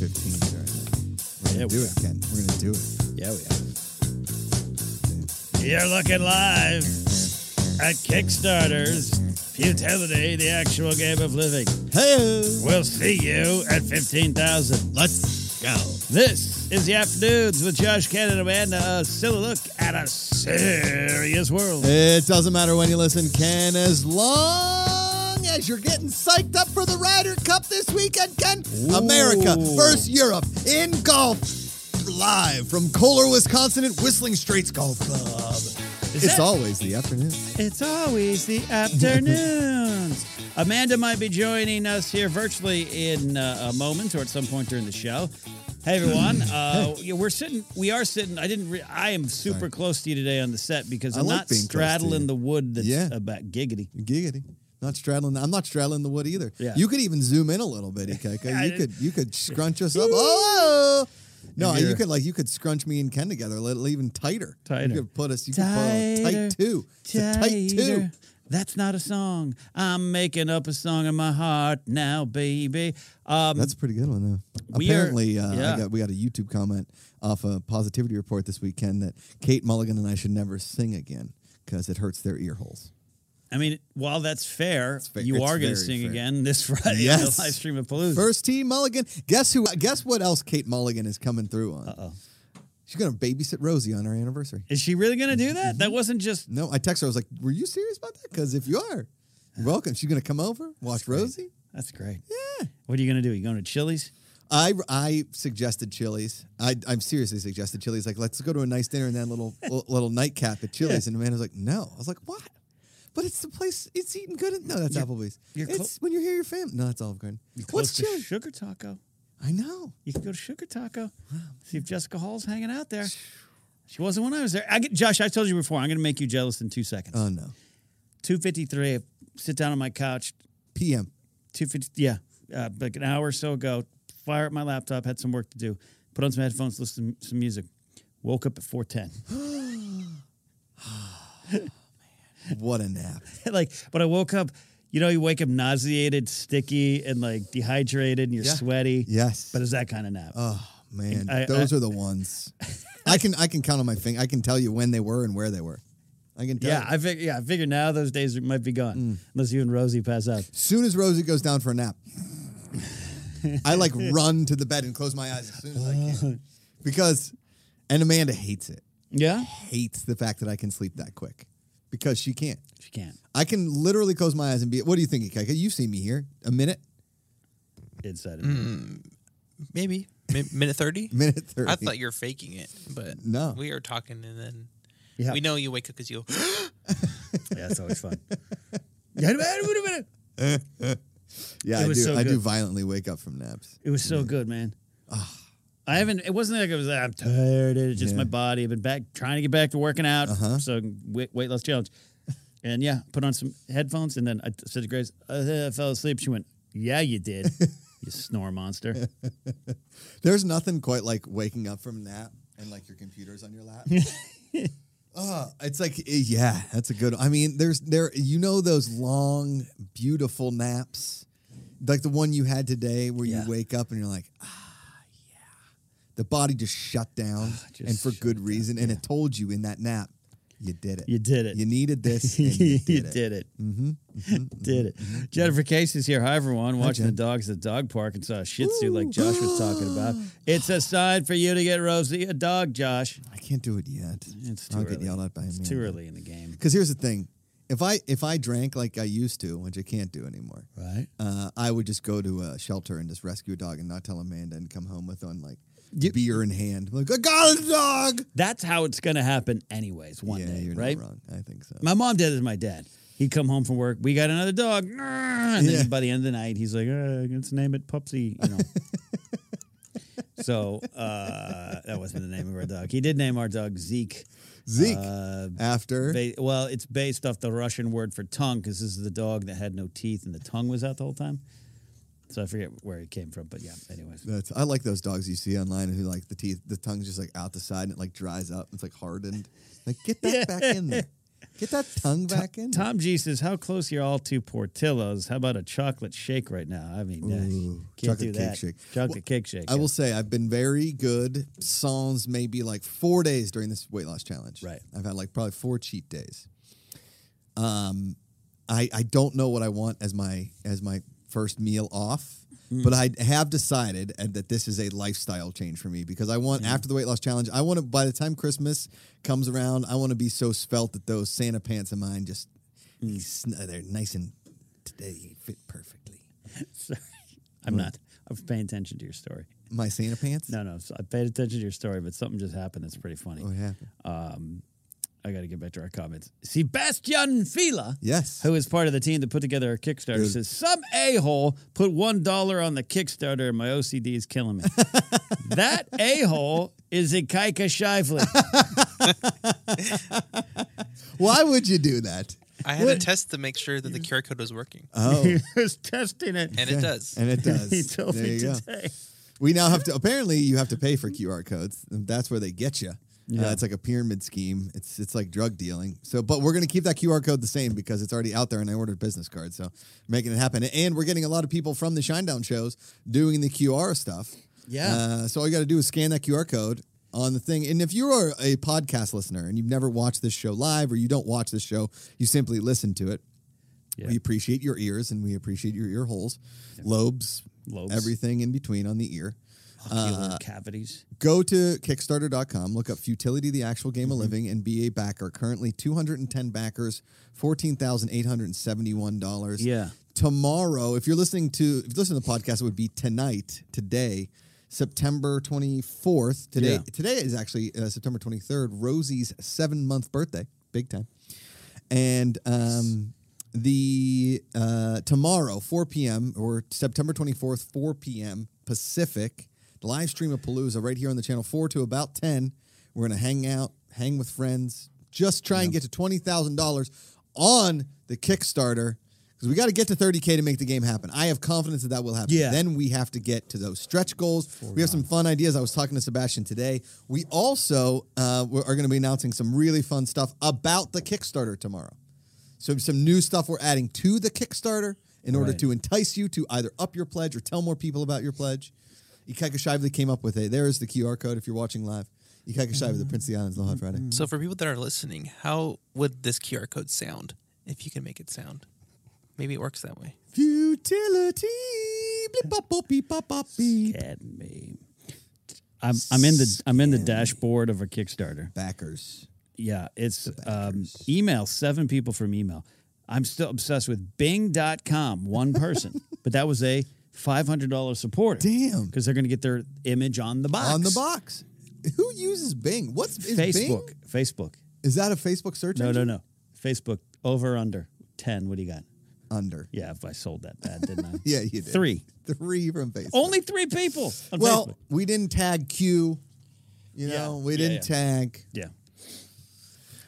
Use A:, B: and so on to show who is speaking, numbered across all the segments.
A: good themes are. We're gonna
B: Yeah, we
A: do it, Ken. We're gonna do it.
B: Yeah, we are. You're looking live at Kickstarter's Futility, the actual game of living.
A: Hey,
B: We'll see you at 15,000.
A: let's go.
B: This is the afternoons with Josh Ken and Amanda. Uh, A silly look at a serious world.
A: It doesn't matter when you listen, Ken, as long as you're getting psyched up for the Ryder Cup this weekend, Ken. America
B: Ooh.
A: versus Europe in golf. Live from Kohler, Wisconsin at Whistling Straits Golf Club. it's
B: that-
A: always the afternoon.
B: It's always the afternoons. Amanda might be joining us here virtually in uh, a moment or at some point during the show. Hey everyone, uh, yeah, we're sitting. We are sitting. I didn't. Re- I am super
A: Sorry.
B: close to you today on the set because
A: I
B: I'm
A: like
B: not
A: being close to
B: straddling
A: you.
B: the wood. That's
A: Yeah.
B: about giggity.
A: Giggity. Not straddling. I'm not straddling the wood either.
B: Yeah.
A: You could even zoom in a little bit, Ikeka.
B: I-
A: You could you could scrunch us up. Oh. No,
B: If you're-
A: you could like you could scrunch me and Ken together, a little even tighter.
B: Tighter.
A: You could put us. You could put a
B: Tighter.
A: tight two. It's a tight two.
B: Tighter. That's not a song. I'm making up a song in my heart now, baby. Um,
A: That's a pretty good one though.
B: We are-
A: Apparently, uh,
B: yeah.
A: I got, we got a YouTube comment off a positivity report this weekend that Kate Mulligan and I should never sing again because it hurts their ear holes.
B: I mean, while that's fair,
A: fair.
B: you
A: It's
B: are going to
A: very
B: sing
A: fair.
B: again this Friday on
A: Yes.
B: the live stream of Palooza.
A: First team Mulligan. Guess who? Guess what else Kate Mulligan is coming through on?
B: Uh-oh.
A: She's gonna babysit Rosie on her anniversary.
B: Is she really going to do that? That wasn't just.
A: No, I text her. I was like, "Were you serious about that? Because if you are, you're welcome. She's gonna come over, watch Rosie."
B: That's great. Yeah. What are you going to do? You going to Chili's?
A: I I suggested Chili's. I I'm seriously suggested Chili's. Like, let's go to a nice dinner and then a little little, little nightcap at Chili's. And the man was like, "No." I was like, "What?" But it's the place. It's eating good. at- no, that's Applebee's.
B: you're clo-
A: it's when you're here, your family. No, that's Olive Garden.
B: Close
A: What's
B: to
A: Chili's?
B: Sugar Taco.
A: I know.
B: You can go to Sugar Taco. See if Jessica Hall's hanging out there. She wasn't when I was there. I get, Josh, I told you before, I'm going to make you jealous in two seconds.
A: Oh no.
B: 253, I sit down on my couch,
A: PM.
B: 250 yeah uh, like an hour or so ago fire up my laptop had some work to do put on some headphones listen to some music woke up at 410
A: What a nap.
B: like but i woke up you know you wake up nauseated sticky and like dehydrated and you're
A: Yeah.
B: sweaty
A: Yes.
B: but it's that kind of nap
A: Oh man,
B: I-
A: those
B: I-
A: are the ones. I can I can count on my finger. I can tell you when they were and where they were. I can tell.
B: yeah
A: you.
B: i figure yeah i figure now those days might be gone
A: Mm.
B: unless you and rosie pass out
A: soon as Rosie goes down for a nap, I like run to the bed and close my eyes as soon as I can
B: Oh.
A: because, and Amanda hates it.
B: yeah
A: Hates the fact that I can sleep that quick because she can't.
B: she can't
A: I can literally close my eyes and be. What do you think, Ikeika? You've seen me here a minute,
B: inside of
C: Maybe Mi- minute thirty.
A: minute thirty.
C: I thought you were faking it, but
A: No.
C: we are talking, and then
B: yeah
C: we know you wake up because you. go,
B: yeah it's always fun Yeah, wait a minute, wait a minute.
A: yeah,
B: it
A: I do.
B: was so
A: I do
B: good.
A: violently wake up from naps.
B: It was so good, man. I haven't. It wasn't like I was. like, I'm tired. It's just
A: Ah. Yeah.
B: my body. I've been back trying to get back to working out.
A: Uh-huh.
B: So weight, weight loss challenge. And yeah, put on some headphones, and then I t- said to Grace, uh, "I fell asleep." She went, "Yeah, you did. you snore monster."
A: There's nothing quite like waking up from nap and like your computer's on your lap. oh, it's like eh, yeah, that's a good. I mean, there's there you know those long beautiful naps, like the one you had today where
B: Yeah.
A: you wake up and you're like, ah, yeah, the body just shut down
B: Ah, Just
A: and for
B: shut
A: good reason, and it told you in that nap, you did it.
B: You did it.
A: You needed this. And you did it.
B: Mm-hmm. did it. Jennifer Case is here. Hi, everyone. Watching the
A: mm-hmm, Jen.
B: dogs at the dog park and saw a Shih Tzu like Josh was talking about. It's a sign for you to get Rosie a dog, Josh.
A: I can't do it yet.
B: It's too
A: I'll get
B: early.
A: yelled at by
B: It's
A: me.
B: too early in the game,
A: Because here's the thing, if I if I drank like I used to, which I can't do anymore,
B: right?
A: uh, I would just go to a shelter and just rescue a dog and not tell Amanda and come home with on like beer in hand, like I got a dog.
B: That's how it's going to happen, anyways. One
A: yeah,
B: day,
A: you're
B: right?
A: not wrong. I think so.
B: My mom did it to my dad. He'd come home from work. We got another dog, and then
A: Yeah.
B: by the end of the night, he's like, uh, "Let's name it Pupsy," you know. so uh, that wasn't the name of our dog. He did name our dog Zeke.
A: Zeke
B: Uh,
A: after
B: ba- well, it's based off the Russian word for tongue, because this is the dog that had no teeth and the tongue was out the whole time. So I forget where it came from, but yeah. Anyways,
A: that's I like those dogs you see online who like the teeth, the tongue's just like out the side and it like dries up. It's like hardened. Like get that back in there. Get that tongue back in. there.
B: Tom G says, "How close you all to Portillo's? How about a chocolate shake right now? I mean, uh,
A: Ooh,
B: can't
A: chocolate
B: do
A: cake
B: that.
A: shake.
B: Chocolate
A: Well,
B: cake shake.
A: I
B: yeah.
A: will say I've been very good sans maybe like four days during this weight loss challenge.
B: Right.
A: I've had like probably four cheat days. Um I I don't know what I want as my as my first meal off,
B: Hmm.
A: but I have decided and that this is a lifestyle change for me because I want
B: Hmm.
A: after the weight loss challenge, I want to by the time Christmas comes around, I want to be so svelte that those Santa pants of mine just
B: Hmm.
A: sn- uh, they're nice and they fit perfectly.
B: Sorry, I'm
A: Mm.
B: not. I'm paying attention to your story.
A: My Santa pants?
B: No, no, so I paid attention to your story, but something just happened that's pretty funny.
A: What happened?
B: I got to get back to our comments. Sebastian Fila,
A: Yes.
B: who is part of the team that put together our Kickstarter, says some a hole put one dollar on the Kickstarter, and my OCD is killing me. that a hole is a Kaika Shively.
A: Why would you do that?
C: I had to test to make sure that the QR code was working,
A: Oh,
B: he was testing it.
C: and it does.
A: and it does.
B: he told
A: there
B: me
A: you go.
B: today.
A: We now have to. Apparently, you have to pay for QR codes. That's where they get you.
B: Yeah.
A: Uh, it's like a pyramid scheme. It's it's like drug dealing. So, but we're gonna keep that QR code the same because it's already out there, and I ordered business cards, so making it happen. And we're getting a lot of people from the Shinedown shows doing the QR stuff.
B: Yeah.
A: Uh, so all you got to do is scan that QR code on the thing. And if you are a podcast listener and you've never watched this show live, or you don't watch this show, you simply listen to it.
B: Yeah.
A: We appreciate your ears and we appreciate your ear holes, lobes,
B: Lobes.
A: everything in between on the ear.
B: Ocular cavities.
A: Go to Kickstarter.com, look up Futility, the actual game
B: Mm-hmm.
A: of living, and be a backer. Currently 210 backers, $14,871.
B: Yeah.
A: Tomorrow, if you're listening to if you listen to the podcast, it would be tonight, today, September 24th. Today
B: Yeah.
A: today is actually uh, September 23rd, Rosie's seven month birthday. Big time. And um, the uh, tomorrow, 4 p.m. or September 24th, 4 p.m. Pacific, the live stream of Palooza right here on the channel 4 to about 10. We're going to hang out, hang with friends, just try and get to $20,000 on the Kickstarter because we got to get to 30K to make the game happen. I have confidence that that will happen.
B: Yeah.
A: Then then we have to get to those stretch goals.
B: Oh,
A: we have some fun ideas. I was talking to Sebastian today. We also uh, we're- are going to be announcing some really fun stuff about the Kickstarter tomorrow. So some new stuff we're adding to the Kickstarter in order
B: Right.
A: to entice you to either up your pledge or tell more people about your pledge. Ikeka Shively came up with it. There is the QR code if you're watching live. Ikeka Shively, the Prince of the Islands, Aloha Friday.
B: Mm-hmm.
C: So for people that are listening, how would this QR code sound if you can make it sound? Maybe it works that way.
A: Futility. Blip, bop, bop, beep, bop, bop, beep.
B: Get me. I'm I'm in the I'm in the dashboard of a Kickstarter.
A: Backers.
B: Yeah, it's um, email seven people from email. I'm still obsessed with Bing.com, one person, but that was a five hundred dollar supporter.
A: Damn.
B: because they're going to get their image on the box
A: on the box. Who uses Bing? What's is
B: Facebook,
A: Bing?
B: Facebook.
A: Is that a Facebook search
B: No, no,
A: engine?
B: no. Facebook over under ten. What do you got?
A: Under.
B: Yeah, if I sold that bad, didn't I?
A: Yeah, you did.
B: Three.
A: Three from Facebook.
B: Only three people. On
A: well,
B: Facebook.
A: we didn't tag Q. You
B: Yeah.
A: know, we
B: Yeah,
A: didn't
B: yeah.
A: tag.
B: Yeah.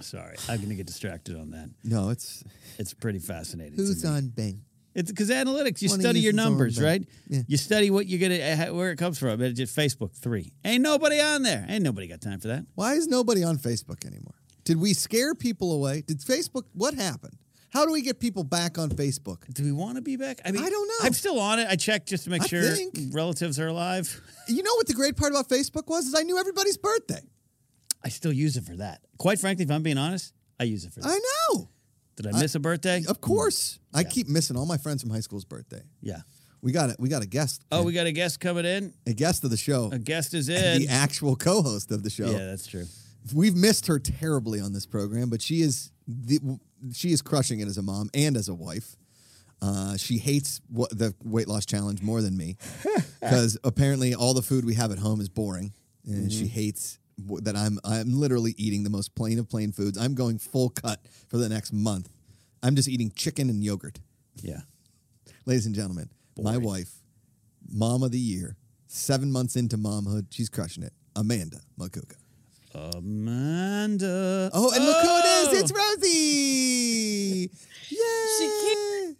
B: Sorry, I'm going to get distracted on that.
A: No, it's
B: It's pretty fascinating. to
A: who's
B: me.
A: on Bing.
B: It's because analytics. You
A: Wanna
B: study
A: use
B: your
A: its own
B: numbers,
A: thing.
B: right?
A: Yeah.
B: You study what you get, uh, where it comes from. It's just Facebook three. Ain't nobody on there. Ain't nobody got time for that.
A: Why is nobody on Facebook anymore? Did we scare people away? Did Facebook? What happened? How do we get people back on Facebook?
B: Do we want to be back? I mean,
A: I don't know.
B: I'm still on it. I check just to make
A: I
B: sure
A: think-
B: relatives are alive.
A: You know what the great part about Facebook was is I knew everybody's birthday.
B: I still use it for that. Quite frankly, if I'm being honest, I use it for that.
A: I know.
B: Did I miss a birthday?
A: Of course, I
B: Hmm. Yeah.
A: keep missing all my friends from high school's birthday.
B: Yeah.
A: We got it. We got a guest.
B: Oh, we got a guest coming in.
A: a guest of the show.
B: A guest is
A: and the
B: in.
A: actual co-host of the show.
B: Yeah, that's true.
A: We've missed her terribly on this program, but she is the she is crushing it as a mom and as a wife. Uh, she hates what the weight loss challenge more than me because apparently all the food we have at home is boring, and she hates w- that I'm I'm literally eating the most plain of plain foods. I'm going full cut for the next month. I'm just eating chicken and yogurt
B: Yeah.
A: ladies and gentlemen, my wife, mom of the year, seven months into momhood, she's crushing it. Amanda Makuka.
B: Amanda.
A: Oh,
B: Oh.
A: and look who it is! It's Rosie. Yay!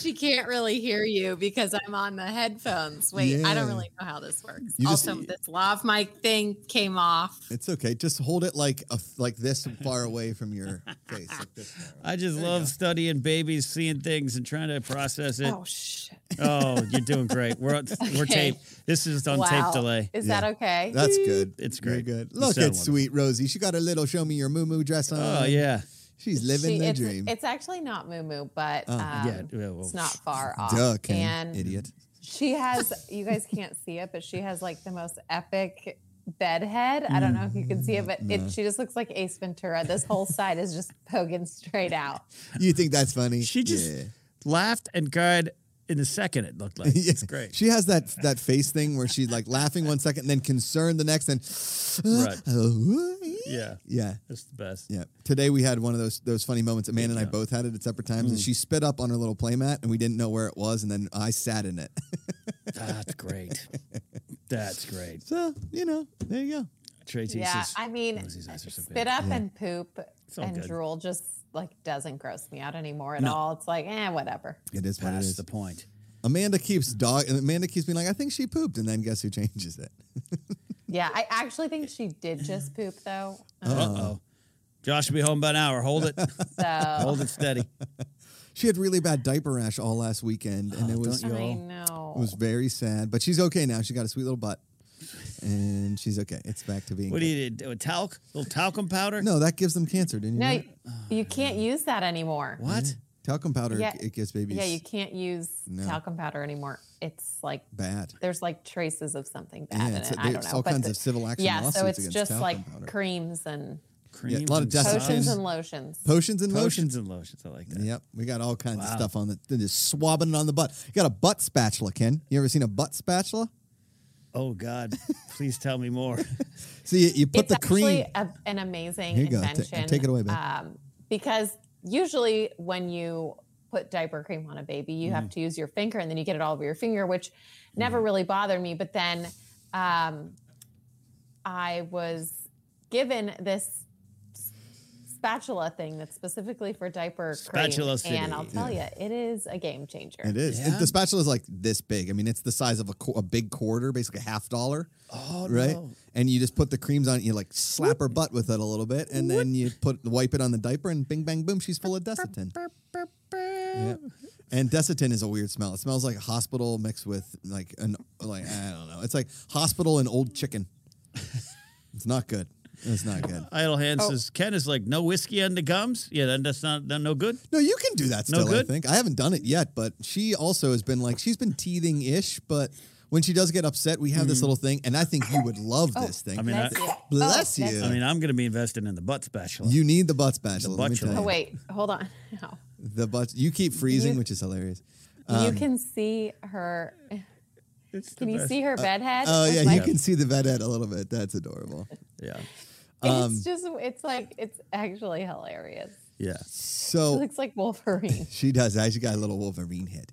D: She can't really hear you because I'm on the headphones. Wait, I don't
A: Yeah.
D: really know how this works.
A: You just-
D: also, this lav mic thing came off.
A: It's okay. Just hold it like a, like this far away from your face. Like this far.
B: I just love studying babies, seeing things, and trying to process it.
D: Oh shit!
B: Oh, you're doing great. We're on, we're
D: Okay.
B: tape. This is on
D: wow.
B: tape delay.
D: Is
A: Yeah.
D: that okay?
A: That's good.
B: It's
A: You're
B: great.
A: good.
B: You
A: Look at
B: sound wonderful.
A: sweet Rosie. She got a little show me your moo moo dress on.
B: Oh yeah.
A: She's living
D: She-
A: the
D: it's,
A: dream. Oh,
D: it's actually not Moo Moo, but um,
B: yeah, yeah, well,
D: it's not far off.
A: Duh, Ken,
D: and
A: idiot.
D: she has, you guys can't see it, but she has like the most epic bedhead. I don't know if you can see it, but
A: Mm,
D: it, she just looks like Ace Ventura. This whole side is just poking straight out.
A: You think that's funny?
B: She just
A: Yeah.
B: laughed and cried in the second. It looked like
A: Yeah.
B: it's great.
A: She has that that face thing where she's like laughing one second and then concerned the next and
B: Right.
A: yeah.
B: Yeah,
A: yeah.
B: that's the best.
A: Yeah. Today we had one of those those funny moments. Amanda and I both had it at separate times
B: Mm.
A: and she spit up on her little playmat and we didn't know where it was and then I sat in it.
B: That's Ah, great. That's great.
A: so, you know, there you go.
B: Tracy
D: yeah,
B: says,
D: I
A: Oh,
D: mean,
B: Rosie's eyes are so
D: spit
B: big.
D: up and poop
B: all
D: and
B: good.
D: drool just like doesn't gross me out anymore at
B: No.
D: all. It's like, eh, whatever.
A: It is what it
B: That's
A: is.
B: the point.
A: Amanda keeps dog and Amanda keeps being like, I think she pooped, and then guess who changes it?
D: Yeah, I actually think she did just poop though. Um,
B: Uh
A: Uh-huh.
B: oh. Josh will be home by an hour. Hold it.
D: So
B: Hold it steady.
A: She had really bad diaper rash all last weekend, and it was
B: Oh, don't
A: it
B: you-
D: I
B: Yo.
D: know.
A: was very sad. But she's okay now. She got a sweet little butt, and she's okay. It's back to being.
B: What do
A: good.
B: you do? A talc? little talcum powder?
A: no, that gives them cancer, didn't you?
D: no,
A: know?
D: you,
A: Oh,
D: you can't use that anymore.
B: What?
A: talcum powder.
D: Yeah.
A: It gives babies.
D: Yeah, you can't use
A: No.
D: talcum powder anymore. It's like
A: bad.
D: there's like traces of something
A: Yeah,
D: bad in
A: it's-
D: it. I
A: there's
D: don't know.
A: all
D: but
A: kinds
D: the-
A: of civil action
D: Yeah, so
A: lawsuits
D: it's
A: against
D: just
A: talcum
D: like
A: powder.
D: creams and
B: Creams
A: lot of
B: and
A: dust.
B: salves?
D: potions
A: Lotions.
D: and lotions.
A: Potions and lotions.
B: Potions and lotions. I like that.
A: Yep, we got all kinds of
B: Wow.
A: stuff on the they're just swabbing it on the butt. You got a butt spatula, Ken. You ever seen a butt spatula?
B: Oh God! Please tell me more.
A: So you, you put
D: it's
A: the cream.
D: actually a, an amazing
A: Here you go. Ta-
D: invention.
A: take it away, babe.
D: Um, because usually when you put diaper cream on a baby, you
A: Mm.
D: have to use your finger and then you get it all over your finger, which never really bothered me. But then um, I was given this spatula thing that's specifically for diaper
B: Spatula
D: cream.
B: City.
D: And I'll tell you, it is a game changer.
A: It is.
B: Yeah.
A: The spatula is like this big. I mean, it's the size of a, qu- a big quarter, basically a half dollar,
B: Oh
A: right?
B: no.
A: And you just put the creams on it, you like slap her butt with it a little bit, and then you put wipe it on the diaper, and bing, bang, boom, she's full of Desitin. And Desitin is a weird smell. It smells like a hospital mixed with like an like I don't know. It's like hospital and old chicken. it's not good. It's not good.
B: Idle Hand says Ken is like no whiskey on the gums. Yeah, then that's not then no good.
A: No, you can do that
B: No
A: still, I
B: good?
A: think. I haven't done it yet, but she also has been like, she's been teething ish, but when she does get upset, we have this little thing, and I think you would love this thing.
B: I mean, I,
D: Bless
A: Bless
D: you. Oh,
A: you.
B: I mean, I'm going to be investing in the butt spatula.
A: you need the butt spatula.
B: The
A: let me
B: butchula.
A: tell you.
D: Oh, wait, hold on. No.
A: The butt, you keep freezing,
D: You- Oh,
A: which is hilarious. Um,
D: you can see her.
B: It's the
D: Can you
B: best.
D: see her bedhead?
A: Oh,
D: It's
A: yeah,
D: like-
A: you can see the vedette a little bit. That's adorable.
B: Yeah,
D: it's just, it's like, it's actually hilarious.
B: yeah.
D: She
A: So
D: looks like Wolverine.
A: she does. I actually got a little Wolverine head.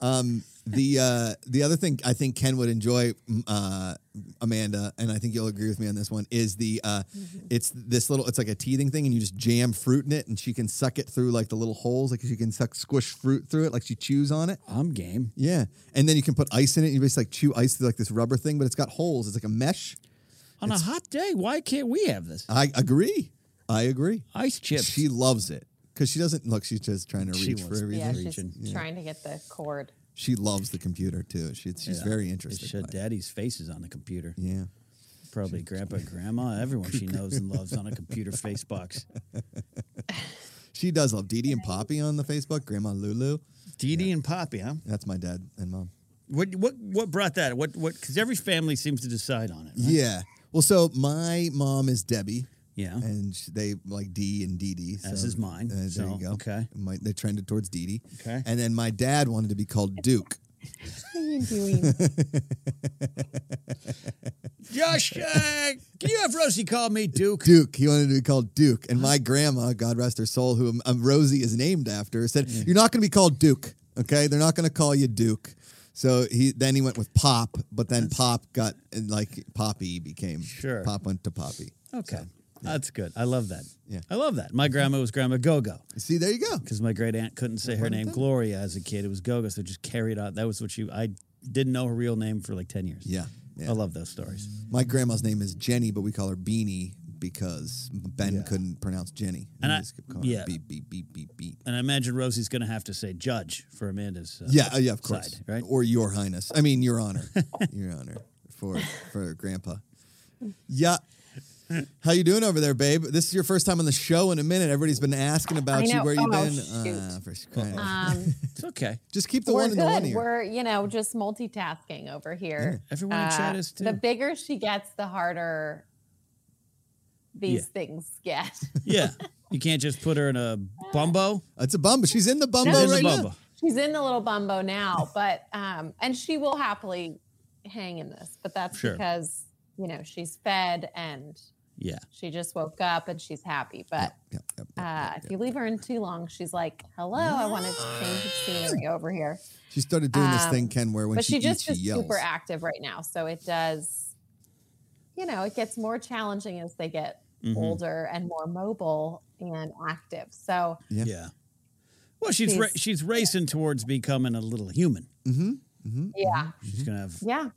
A: Um, the uh, the other thing I think Ken would enjoy, m- uh, Amanda, and I think you'll agree with me on this one is the uh,
D: Mm-hmm.
A: it's this little it's like a teething thing, and you just jam fruit in it, and she can suck it through like the little holes, like she can suck squish fruit through it, like she chews on it.
B: I'm game.
A: Yeah, and then you can put ice in it. And you basically like chew ice through like this rubber thing, but it's got holes. It's like a mesh.
B: On a hot day, why can't we have this
A: I agree. I agree.
B: ice chips?
A: She loves it because she doesn't look. She's just trying to
B: She
A: reach for
B: wants-
A: everything.
D: yeah,
B: region,
D: she's trying to get the cord.
A: She loves the computer too. She, she's very
B: It's
A: interested.
B: show
A: by it.
B: daddy's faces on the computer.
A: Yeah.
B: Probably grandpa, grandma, everyone she knows and loves on a computer face box.
A: She does love Dee Dee and Poppy on the Facebook. Grandma Lulu.
B: Dee Dee and Poppy, huh?
A: That's my dad and mom.
B: What what what brought that? What what? Because every family seems to decide on it. right?
A: Yeah. Well, so my mom is Debbie.
B: Yeah.
A: And sh- they like D and Dee Dee.
B: As
A: so,
B: is mine,
A: uh, there
B: so,
A: you go.
B: okay.
A: My, they trended towards Dee Dee.
B: Okay.
A: And then my dad wanted to be called Duke.
D: What are you doing?
B: Josh, uh, can you have Rosie call me Duke?
A: Duke. He wanted to be called Duke. And my grandma, God rest her soul, who um, um, Rosie is named after, said, "You're not going to be called Duke. Okay, they're not going to call you Duke." So he then he went with Pop, but then Pop got and, like Poppy became
B: Sure.
A: Pop went to Poppy.
B: Okay. That's good. I love that.
A: Yeah.
B: I love that. My grandma was Grandma Gogo
A: See, there you go.
B: because my great aunt couldn't say her
A: Well
B: name
A: done.
B: Gloria as a kid. It was Gogo, so just carried out. That was what she. I didn't know her real name for like ten years.
A: Yeah. yeah.
B: I love those stories.
A: My grandma's name is Jenny, but we call her Beanie because Ben couldn't pronounce Jenny.
B: And
A: we
B: I-
A: just kept calling her
B: yeah.
A: Beep, beep, beep, beep, beep.
B: And I imagine Rosie's going to have to say judge for Amanda's. Uh,
A: Yeah, uh, yeah, of course.
B: side, right?
A: Or Your Highness. I mean, Your Honor. Your Honor for for Grandpa. Yeah. How you doing over there, babe? This is your first time on the show in a minute. Everybody's been asking
D: I
A: about you.
D: know.
A: Where you
D: Oh,
A: been?
D: shoot.
A: Uh, for crying out loud.
D: Um,
B: It's okay.
A: Just keep the
D: we're
A: one in the one
D: good.
A: ear.
D: We're you know just multitasking over here.
B: Everyone in chat
D: Uh,
B: is too.
D: The bigger she gets, the harder these
B: Yeah.
D: things get.
B: yeah. You can't just put her in a bumbo.
A: It's a bumbo. She's in the bumbo
B: She's in
A: right
B: a bumbo.
A: now.
D: She's in the little bumbo now, but um, and she will happily hang in this, but that's
B: Sure.
D: because you know she's fed and
B: Yeah.
D: she just woke up and she's happy. But
A: Yep, yep, yep,
D: uh,
A: yep,
D: if
A: yep.
D: you leave her in too long, she's like, "Hello, I wanted to change the scenery over here."
A: She started doing this
D: um,
A: thing, Ken, where when
D: but
A: she,
D: she,
A: eats,
D: just
A: she
D: is
A: yells.
D: super active right now, so it does. You know, it gets more challenging as they get
B: Mhm.
A: Mm-hmm.
D: older and more mobile and active. So
A: Yeah.
B: Yeah. Well, she's ra-
D: She's-
B: she's racing towards becoming a little human.
A: Mm-hmm. Mm-hmm.
D: yeah,
B: She's gonna have
D: yeah.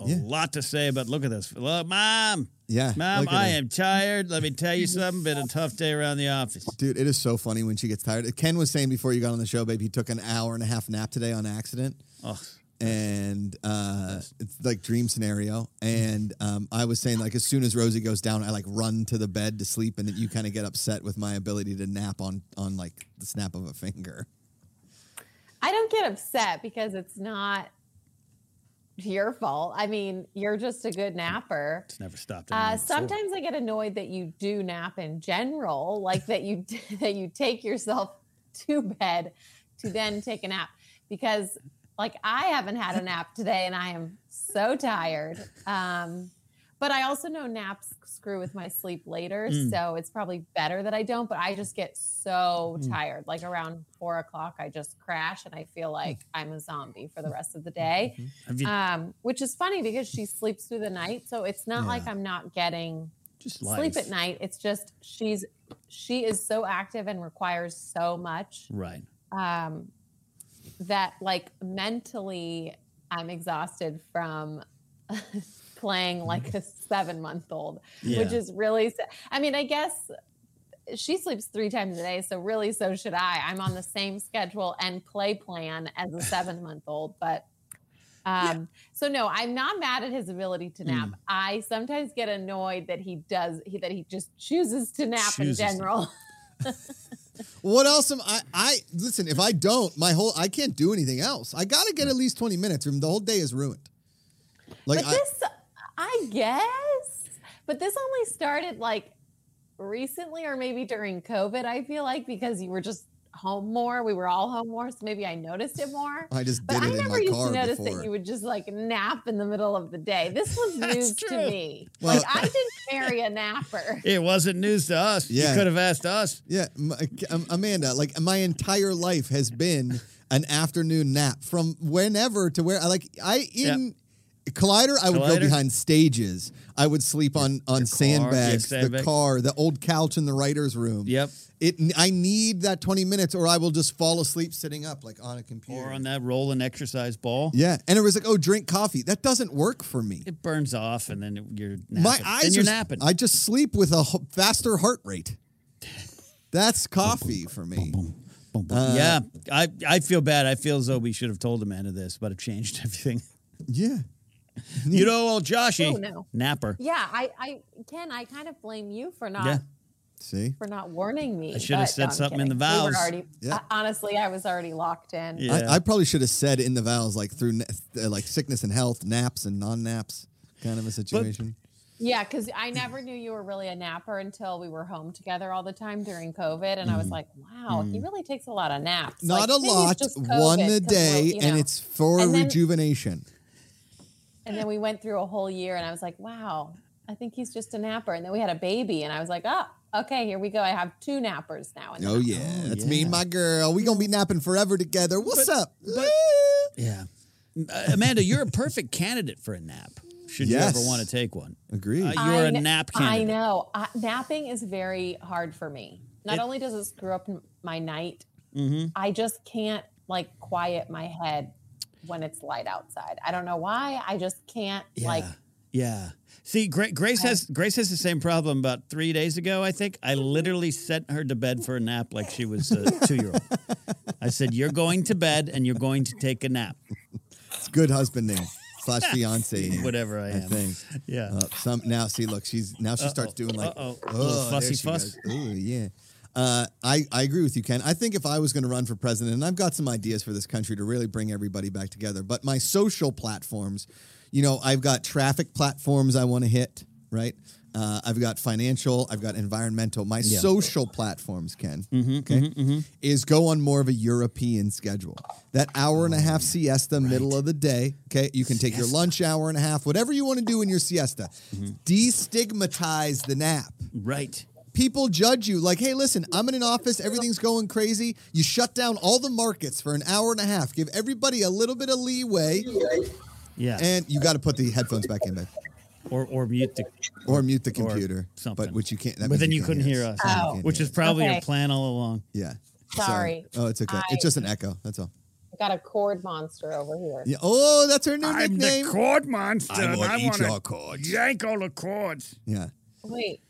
B: a
A: Yeah.
B: lot to say. But look at this, look, mom,
A: Yeah.
B: mom,
A: look at
B: I
A: her.
B: am tired. Let me tell you something. Been a tough day around the office.
A: Dude, it is so funny when she gets tired. Ken was saying before you got on the show, babe, he took an hour and a half nap today on accident.
B: Oh,
A: and uh, it's like dream scenario. And um, I was saying like as soon as Rosie goes down, I like run to the bed to sleep, and then you kind of get upset with my ability to nap on on like the snap of a finger.
D: I don't get upset because it's not your fault. I mean, you're just a good napper.
B: it's never stopped. at
D: Uh,
B: me before.
D: sometimes I get annoyed that you do nap in general, like that you that you take yourself to bed to then take a nap because like I haven't had a nap today and I am so tired. Um, but I also know naps screw with my sleep later, so it's probably better that I don't. But I just get so tired, like around four o'clock, I just crash and I feel like I'm a zombie for the rest of the day
B: Have you
D: um, which is funny because she sleeps through the night, so it's not
A: Yeah.
D: like I'm not getting
B: just
D: sleep
B: life.
D: at night. It's just she's she is so active and requires so much
B: Right.
D: um, that like mentally I'm exhausted from playing like a seven month old, which
B: Yeah.
D: is really. sa- I mean, I guess she sleeps three times a day, so really, so should I. I'm on the same schedule and play plan as a seven month old, but. Um, So no, I'm not mad at his ability to
B: Mm.
D: nap. I sometimes get annoyed that he does he, that he just chooses to nap
B: Chooses to-
D: in general.
A: What else am I? I listen. If I don't, my whole I can't do anything else. I gotta get at least twenty minutes, or the whole day is ruined. Like
D: but
A: I,
D: this, I guess, but this only started like recently or maybe during COVID, I feel like, because you were just home more. We were all home more. So maybe I noticed it more.
A: I just
D: But
A: did
D: I
A: it in
D: never
A: my
D: used
A: car
D: to notice
A: before.
D: that you would just like nap in the middle of the day. This was news to
B: true.
D: me.
A: Well-
D: like I didn't marry a napper.
B: It wasn't news to us.
A: Yeah.
B: You could have asked us.
A: Yeah, my, um, Amanda, like my entire life has been an afternoon nap from whenever to where I like I in Collider, I would go
B: Collider?
A: behind stages. I would sleep on on sandbags,
B: Yeah,
A: the
B: sandbag.
A: car, the old couch in the writer's room.
B: Yep.
A: It I need that 20 minutes or I will just fall asleep sitting up like on a computer.
B: Or on that rolling exercise ball.
A: Yeah, and it was like, "Oh, drink coffee." That doesn't work for me.
B: It burns off, and then you're napping.
A: My eyes
B: Then you're
A: are,
B: napping.
A: I just sleep with a h- faster heart rate. That's coffee for me. uh,
B: yeah, I, I feel bad. I feel as though we should have told Amanda this, but it changed everything.
A: Yeah.
B: You know, old Joshy,
D: Oh, no.
B: napper.
D: Yeah, I, I Ken, I kind of blame you for not
B: Yeah.
A: See?
D: for not warning me.
B: I should have
D: but-
B: said
D: I'm
B: something in
D: kidding.
B: the
D: We were
B: vows.
D: already,
A: Yeah.
D: I- honestly, I was already locked in.
B: Yeah.
A: I, I probably should have said in the vows like through na- uh, like sickness and health, naps and non-naps, kind of a situation.
D: Yeah, because I never knew you were really a napper until we were home together all the time during COVID, and I was like, "Wow, he really takes a lot of naps.
A: Mm-hmm. Not
D: Like,
A: a
D: maybe it's
A: lot,
D: just COVID,
A: one
D: 'cause
A: a
D: we're,
A: day,
D: you
A: and
D: know."
A: it's for
D: And then-
A: rejuvenation.
D: And then we went through a whole year, and I was like, "Wow, I think he's just a napper." And then we had a baby, and I was like, "Oh, okay, here we go. I have two nappers now." And
A: Oh yeah, that's me and
B: yeah.
A: my girl. We gonna be napping forever together. What's up? Eh.
B: Yeah. Uh, Amanda, you're a perfect candidate for a nap. should
A: Yes.
B: you ever want to take one.
A: Agreed.
B: Uh, You're a
D: I kn-
B: nap
D: I
B: candidate.
D: know. I, napping is very hard for me. Not
B: It-
D: only does it screw up m- my night,
B: Mhm.
D: I just can't like quiet my head when it's light outside. I don't know why. I just can't
B: Yeah.
D: like.
B: yeah. See, Gra- Grace has Grace has the same problem. About three days ago, I think I literally sent her to bed for a nap like she was a two year old. I said, "You're going to bed and you're going to take a nap,
A: It's good husbanding slash fiance.
B: whatever I
A: I
B: am."
A: think.
B: Yeah.
A: Uh, some now. See, look, she's now she starts doing like
B: Uh-oh.
A: oh,
B: A little fussy
A: there she
B: fuss.
A: goes. Ooh, yeah. Uh, I I agree with you, Ken. I think if I was going to run for president, and I've got some ideas for this country to really bring everybody back together, but my social platforms, you know, I've got traffic platforms I want to hit, right? Uh, I've got financial, I've got environmental. My social platforms, Ken, okay, is go on more of a European schedule. That hour and a half siesta, middle of the day, okay? You can take your lunch hour and a half, whatever you want to do in your siesta. Destigmatize the nap
B: Right.
A: people judge you like hey listen i'm in an office everything's going crazy you shut down all the markets for an hour and a half give everybody a little bit of leeway
B: Yeah.
A: and you got to put the headphones back in babe,
B: or or mute the.
A: or mute the computer
B: something.
A: but which you can't that means
B: But then you
A: can't
B: couldn't hear us,
A: You
D: Oh.
A: can't
B: which
A: hear
B: is probably
D: Okay.
B: your plan all along.
A: us. yeah
D: Sorry.
A: oh it's okay it's
D: I-
A: just an echo that's all
D: got a cord monster over here.
A: yeah oh that's her new
B: I'm
A: nickname
B: the cord monster.
A: I
B: and
A: will
B: I
A: eat
B: want to
A: your cords.
B: yank all the cords.
A: yeah
D: Wait,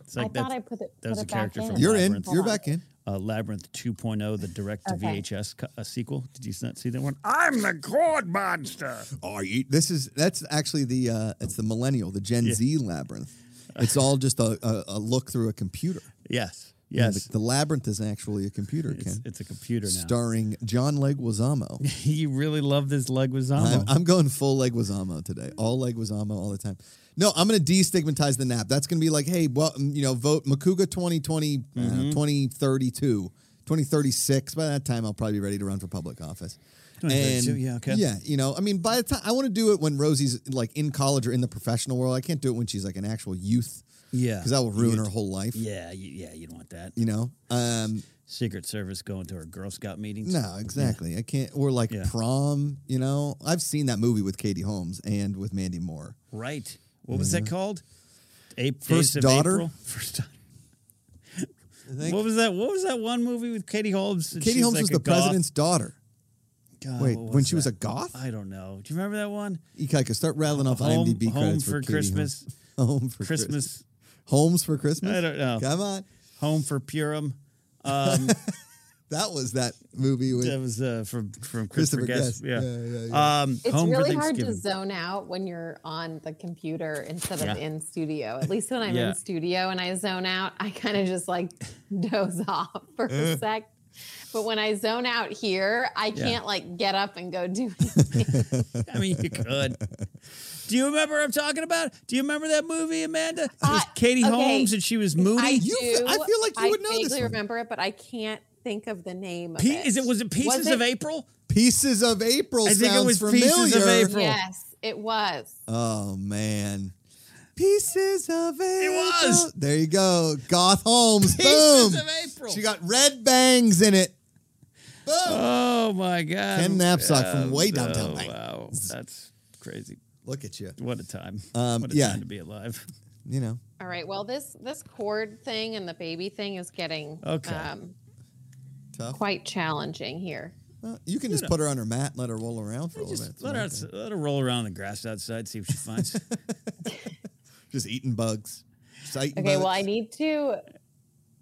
B: It's like
D: I thought
B: that's-
D: I put it.
B: that
D: That
B: was
D: was
B: a character
D: back
B: from
D: in.
A: you're in
B: Labyrinth.
A: you're back in
B: uh, Labyrinth 2.0, the direct to
D: Okay.
B: VHS co- uh, sequel. Did you not see that one? I'm the cord monster.
A: Oh, you, this is that's actually the uh it's the millennial the gen z labyrinth it's all just a, a, a look through a computer
B: Yes,
A: You know,
B: yes.
A: the, the labyrinth is actually a computer Ken.
B: it's, it's a computer now.
A: starring John Leguizamo.
B: you really love this
A: I'm,
B: Leguizamo.
A: I'm going full Leguizamo today. All Leguizamo all the time. No, I'm going to destigmatize the nap. That's going to be like, hey, well, mm, you know, vote Makuga 2020, uh,
B: Mm-hmm.
A: 2032, 2036. By that time, I'll probably be ready to run for public office.
B: 2032, yeah, okay.
A: Yeah, you know, I mean, by the time I want to do it when Rosie's like in college or in the professional world, I can't do it when she's like an actual youth.
B: Yeah.
A: Because that will ruin her whole life.
B: yeah, you, yeah, you don't want that.
A: You know, um,
B: Secret Service going to her Girl Scout meetings.
A: No, exactly. I can't. Or like
B: Yeah.
A: prom. You know, I've seen that movie with Katie Holmes and with Mandy Moore.
B: Right. What was that called? Ape
A: Mm-hmm. First
B: Days of
A: Daughter?
B: April? First daughter.
A: I think
B: What was that? What was that one movie with Katie Holmes? and
A: Katie
B: she's
A: Holmes
B: like
A: was
B: a
A: the
B: goth?
A: president's daughter.
B: God,
A: Wait,
B: what
A: when she was a goth?
B: I don't know. Do you remember that one?
A: Ikaika, start rattling off
B: Home-
A: IMDb
B: Home
A: credits
B: for
A: Katie
B: Christmas.
A: Holmes. Home for Christmas.
B: Christmas,
A: Holmes for Christmas.
B: I don't know.
A: Come on,
B: Home for Purim. Um,
A: that was that movie with
B: that was uh, from from Christopher
A: Christopher
B: Guest.
A: Guest.
B: Yeah.
A: yeah, yeah.
B: Um,
D: It's
B: Home
D: really
B: for
D: hard to
B: Thanksgiving.
D: zone out when you're on the computer instead of
B: Yeah.
D: in studio. At least when I'm
B: Yeah.
D: in studio and I zone out, I kind of just like doze off for a sec. But when I zone out here, I can't like get up and go do anything.
B: I mean, you could. Do you remember what I'm talking about? Do you remember that movie, Amanda? It was
D: Uh,
B: Katie
D: okay.
B: Holmes and she was moody.
D: I
A: You-
D: do.
A: I feel like you
D: I
A: would know this
D: vaguely
A: one.
D: remember it, but I can't think of the name. Of
B: Pe-
D: it.
B: is it was it Pieces
D: it-
B: of April?
A: Pieces of April.
B: I think it
A: sounds
B: was
A: familiar.
B: Pieces of April.
D: Yes, it was.
A: Oh man. Pieces of April.
B: was.
A: There you go. Goth Holmes.
B: Pieces
A: Boom.
B: of April.
A: She got red bangs in it. Boom.
B: Oh my God!
A: Ken Knapsack from way downtown
B: Oh,
A: Maine.
B: wow, that's crazy.
A: Look at you.
B: What a time!
A: Um,
B: what a
A: yeah.
B: time to be alive.
A: You know.
D: All right. Well, this this cord thing and the baby thing is getting
B: Okay.
D: um,
A: Tough.
D: quite challenging here.
A: Well, you can just
B: know.
A: put her on her mat, and let her roll around for a little
B: Just
A: bit.
B: let her outs- let her roll around in the grass outside, see what she finds.
A: Just eating bugs. Just eating
D: Okay, well,
A: bugs.
D: I need to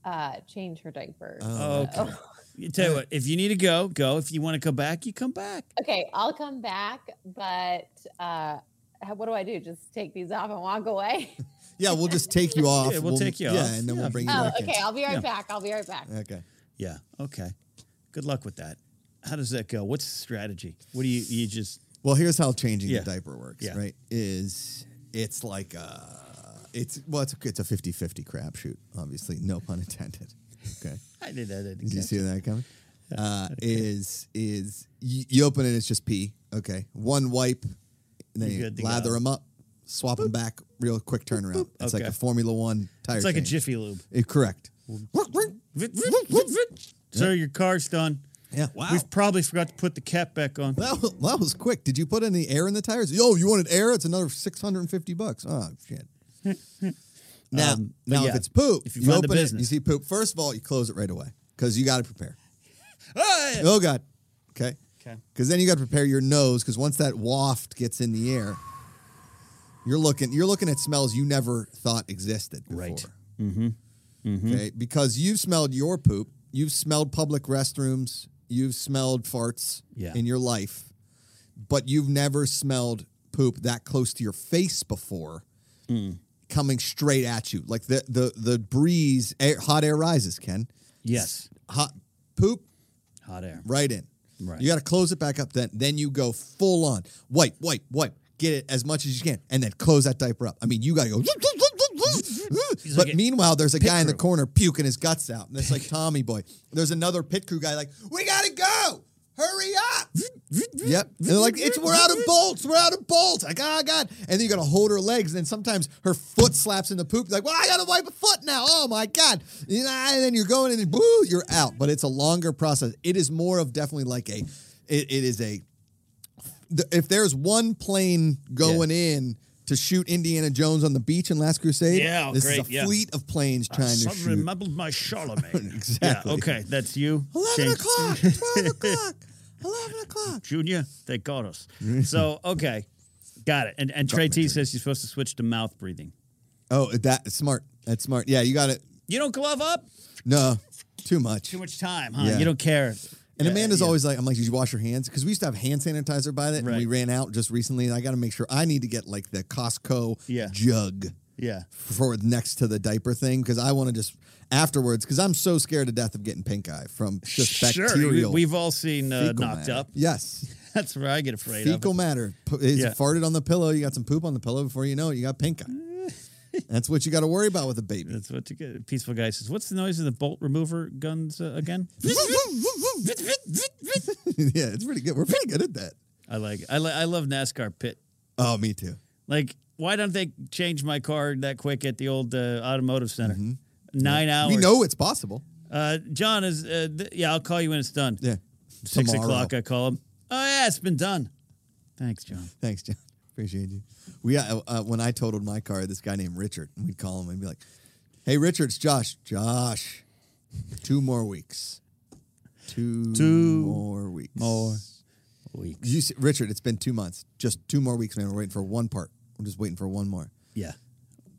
D: uh, change her diaper.
A: Oh,
B: okay. You tell you what, if you need to go, go. If you want to come back, you come back.
D: Okay, I'll come back, but uh, how- what do I do? Just take these off and walk away?
A: yeah, we'll just take you off.
B: Yeah, we'll take you off.
A: Yeah, and then
B: Yeah.
A: we'll bring you
D: oh,
A: back
D: okay, I'll be right
B: Yeah.
D: back. I'll be right back.
A: in. Okay.
B: Yeah. Okay. Good luck with that. How does that go? What's the strategy? What do you you just
A: Well, here's how changing
B: Yeah.
A: the diaper works,
B: Yeah.
A: right? Is it's like a, it's well, it's a, it's a 50-50 crapshoot, obviously, no pun intended. Okay.
B: I did that. I
A: Did you see that coming? Uh, Is is you, you open it? It's just pee. Okay, one wipe, and then
B: You're
A: you
B: good to
A: lather
B: go.
A: them up, swap them back, real quick turnaround. It's like
B: Okay.
A: a Formula One tire.
B: It's like a
A: change.
B: Jiffy Lube.
A: Eh, correct.
B: Vit, vit, vit, vit. Sir, your car's done.
A: Yeah.
B: Wow. We've probably forgot to put the cap back on.
A: That was, that was quick. Did you put any air in the tires? Yo, you wanted air? It's another 650 bucks. Oh, shit. now,
B: Um, but
A: now
B: yeah,
A: if it's poop,
B: if you mind the
A: open it,
B: business.
A: you see poop. First of all, you close it right away because you got to prepare.
B: Ah, yeah.
A: Oh, God. Okay.
B: Okay.
A: Because then you got to prepare your nose because once that waft gets in the air, you're looking you're looking at smells you never thought existed before.
B: Right. Mm-hmm.
A: Okay, because you've smelled your poop, you've smelled public restrooms, you've smelled farts
B: Yeah.
A: in your life, but you've never smelled poop that close to your face before,
B: Mm.
A: coming straight at you. Like the the the breeze, air, hot air rises. Ken,
B: Yes.
A: hot poop
B: Hot air.
A: right in.
B: Right.
A: You got to close it back up. Then then you go full on wipe, wipe, wipe. Get it as much as you can, and then close that diaper up. I mean, you got to go. But
B: like a
A: meanwhile, there's a guy in the
B: crew.
A: corner puking his guts out, and it's like Tommy Boy. There's another pit crew guy like, "We gotta go, hurry up!" yep. And they're like, "It's we're out of bolts, we're out of bolts." Like, oh god. And then you gotta hold her legs, and then sometimes her foot slaps in the poop. Like, well, I gotta wipe a foot now. Oh my god. You know, And then you're going, and then, woo, you're out. But it's a longer process. It is more of definitely like a, it, it is a the, if there's one plane going in to shoot Indiana Jones on the beach in Last Crusade,
B: Yeah, oh,
A: this
B: great,
A: is a
B: yeah.
A: fleet of planes trying to
B: Someone
A: shoot.
B: remembered my Charlemagne.
A: Exactly.
B: Yeah, okay, that's you.
A: Eleven
B: James
A: o'clock, twelve o'clock, eleven o'clock.
B: Junior, they got us. so, okay, got it. And, and Trey T says you're supposed to switch to mouth breathing.
A: Oh, that smart. That's smart. Yeah, you got it.
B: You don't glove up?
A: No, too much.
B: Too much time, huh?
A: Yeah.
B: You don't care.
A: And
B: Yeah,
A: Amanda's
B: yeah.
A: always like, I'm like, did you wash your hands? Because we used to have hand sanitizer by that, and we
B: Right.
A: ran out just recently. And I got to make sure I need to get like the Costco
B: Yeah.
A: jug
B: Yeah.
A: for next to the diaper thing because I want to just afterwards because I'm so scared to death of getting pink eye from just
B: Sure. we-
A: bacterial.
B: We've all seen uh,
A: fecal
B: knocked
A: matter.
B: up.
A: Yes.
B: That's where I get afraid of.
A: Fecal
B: it.
A: matter. P- It's
B: Yeah.
A: farted on the pillow. You got some poop on the pillow. Before you know it, you got pink eye. That's what you got to worry about with a baby.
B: That's what you get. Peaceful guy says, "What's the noise of the bolt remover guns uh, again?"
A: yeah, it's pretty good. We're pretty good at that.
B: I like. It. I li- I love NASCAR pit.
A: Oh, me too.
B: Like, why don't they change my car that quick at the old uh, automotive center? Nine hours.
A: Mm-hmm. We know it's possible.
B: Uh, John is. Uh, th- yeah, I'll call you when it's done.
A: Yeah.
B: Six
A: Tomorrow.
B: o'clock. I call him. Oh yeah, it's been done. Thanks, John.
A: Thanks, John. Appreciate you. We uh, uh, when I totaled my car, this guy named Richard, and we'd call him and be like, "Hey, Richard, it's Josh. Josh, two more weeks. Two,
B: Two
A: more weeks.
B: more Weeks.
A: You see, Richard, it's been two months. Just two more weeks, man. We're waiting for one part. We're just waiting for one more.
B: Yeah.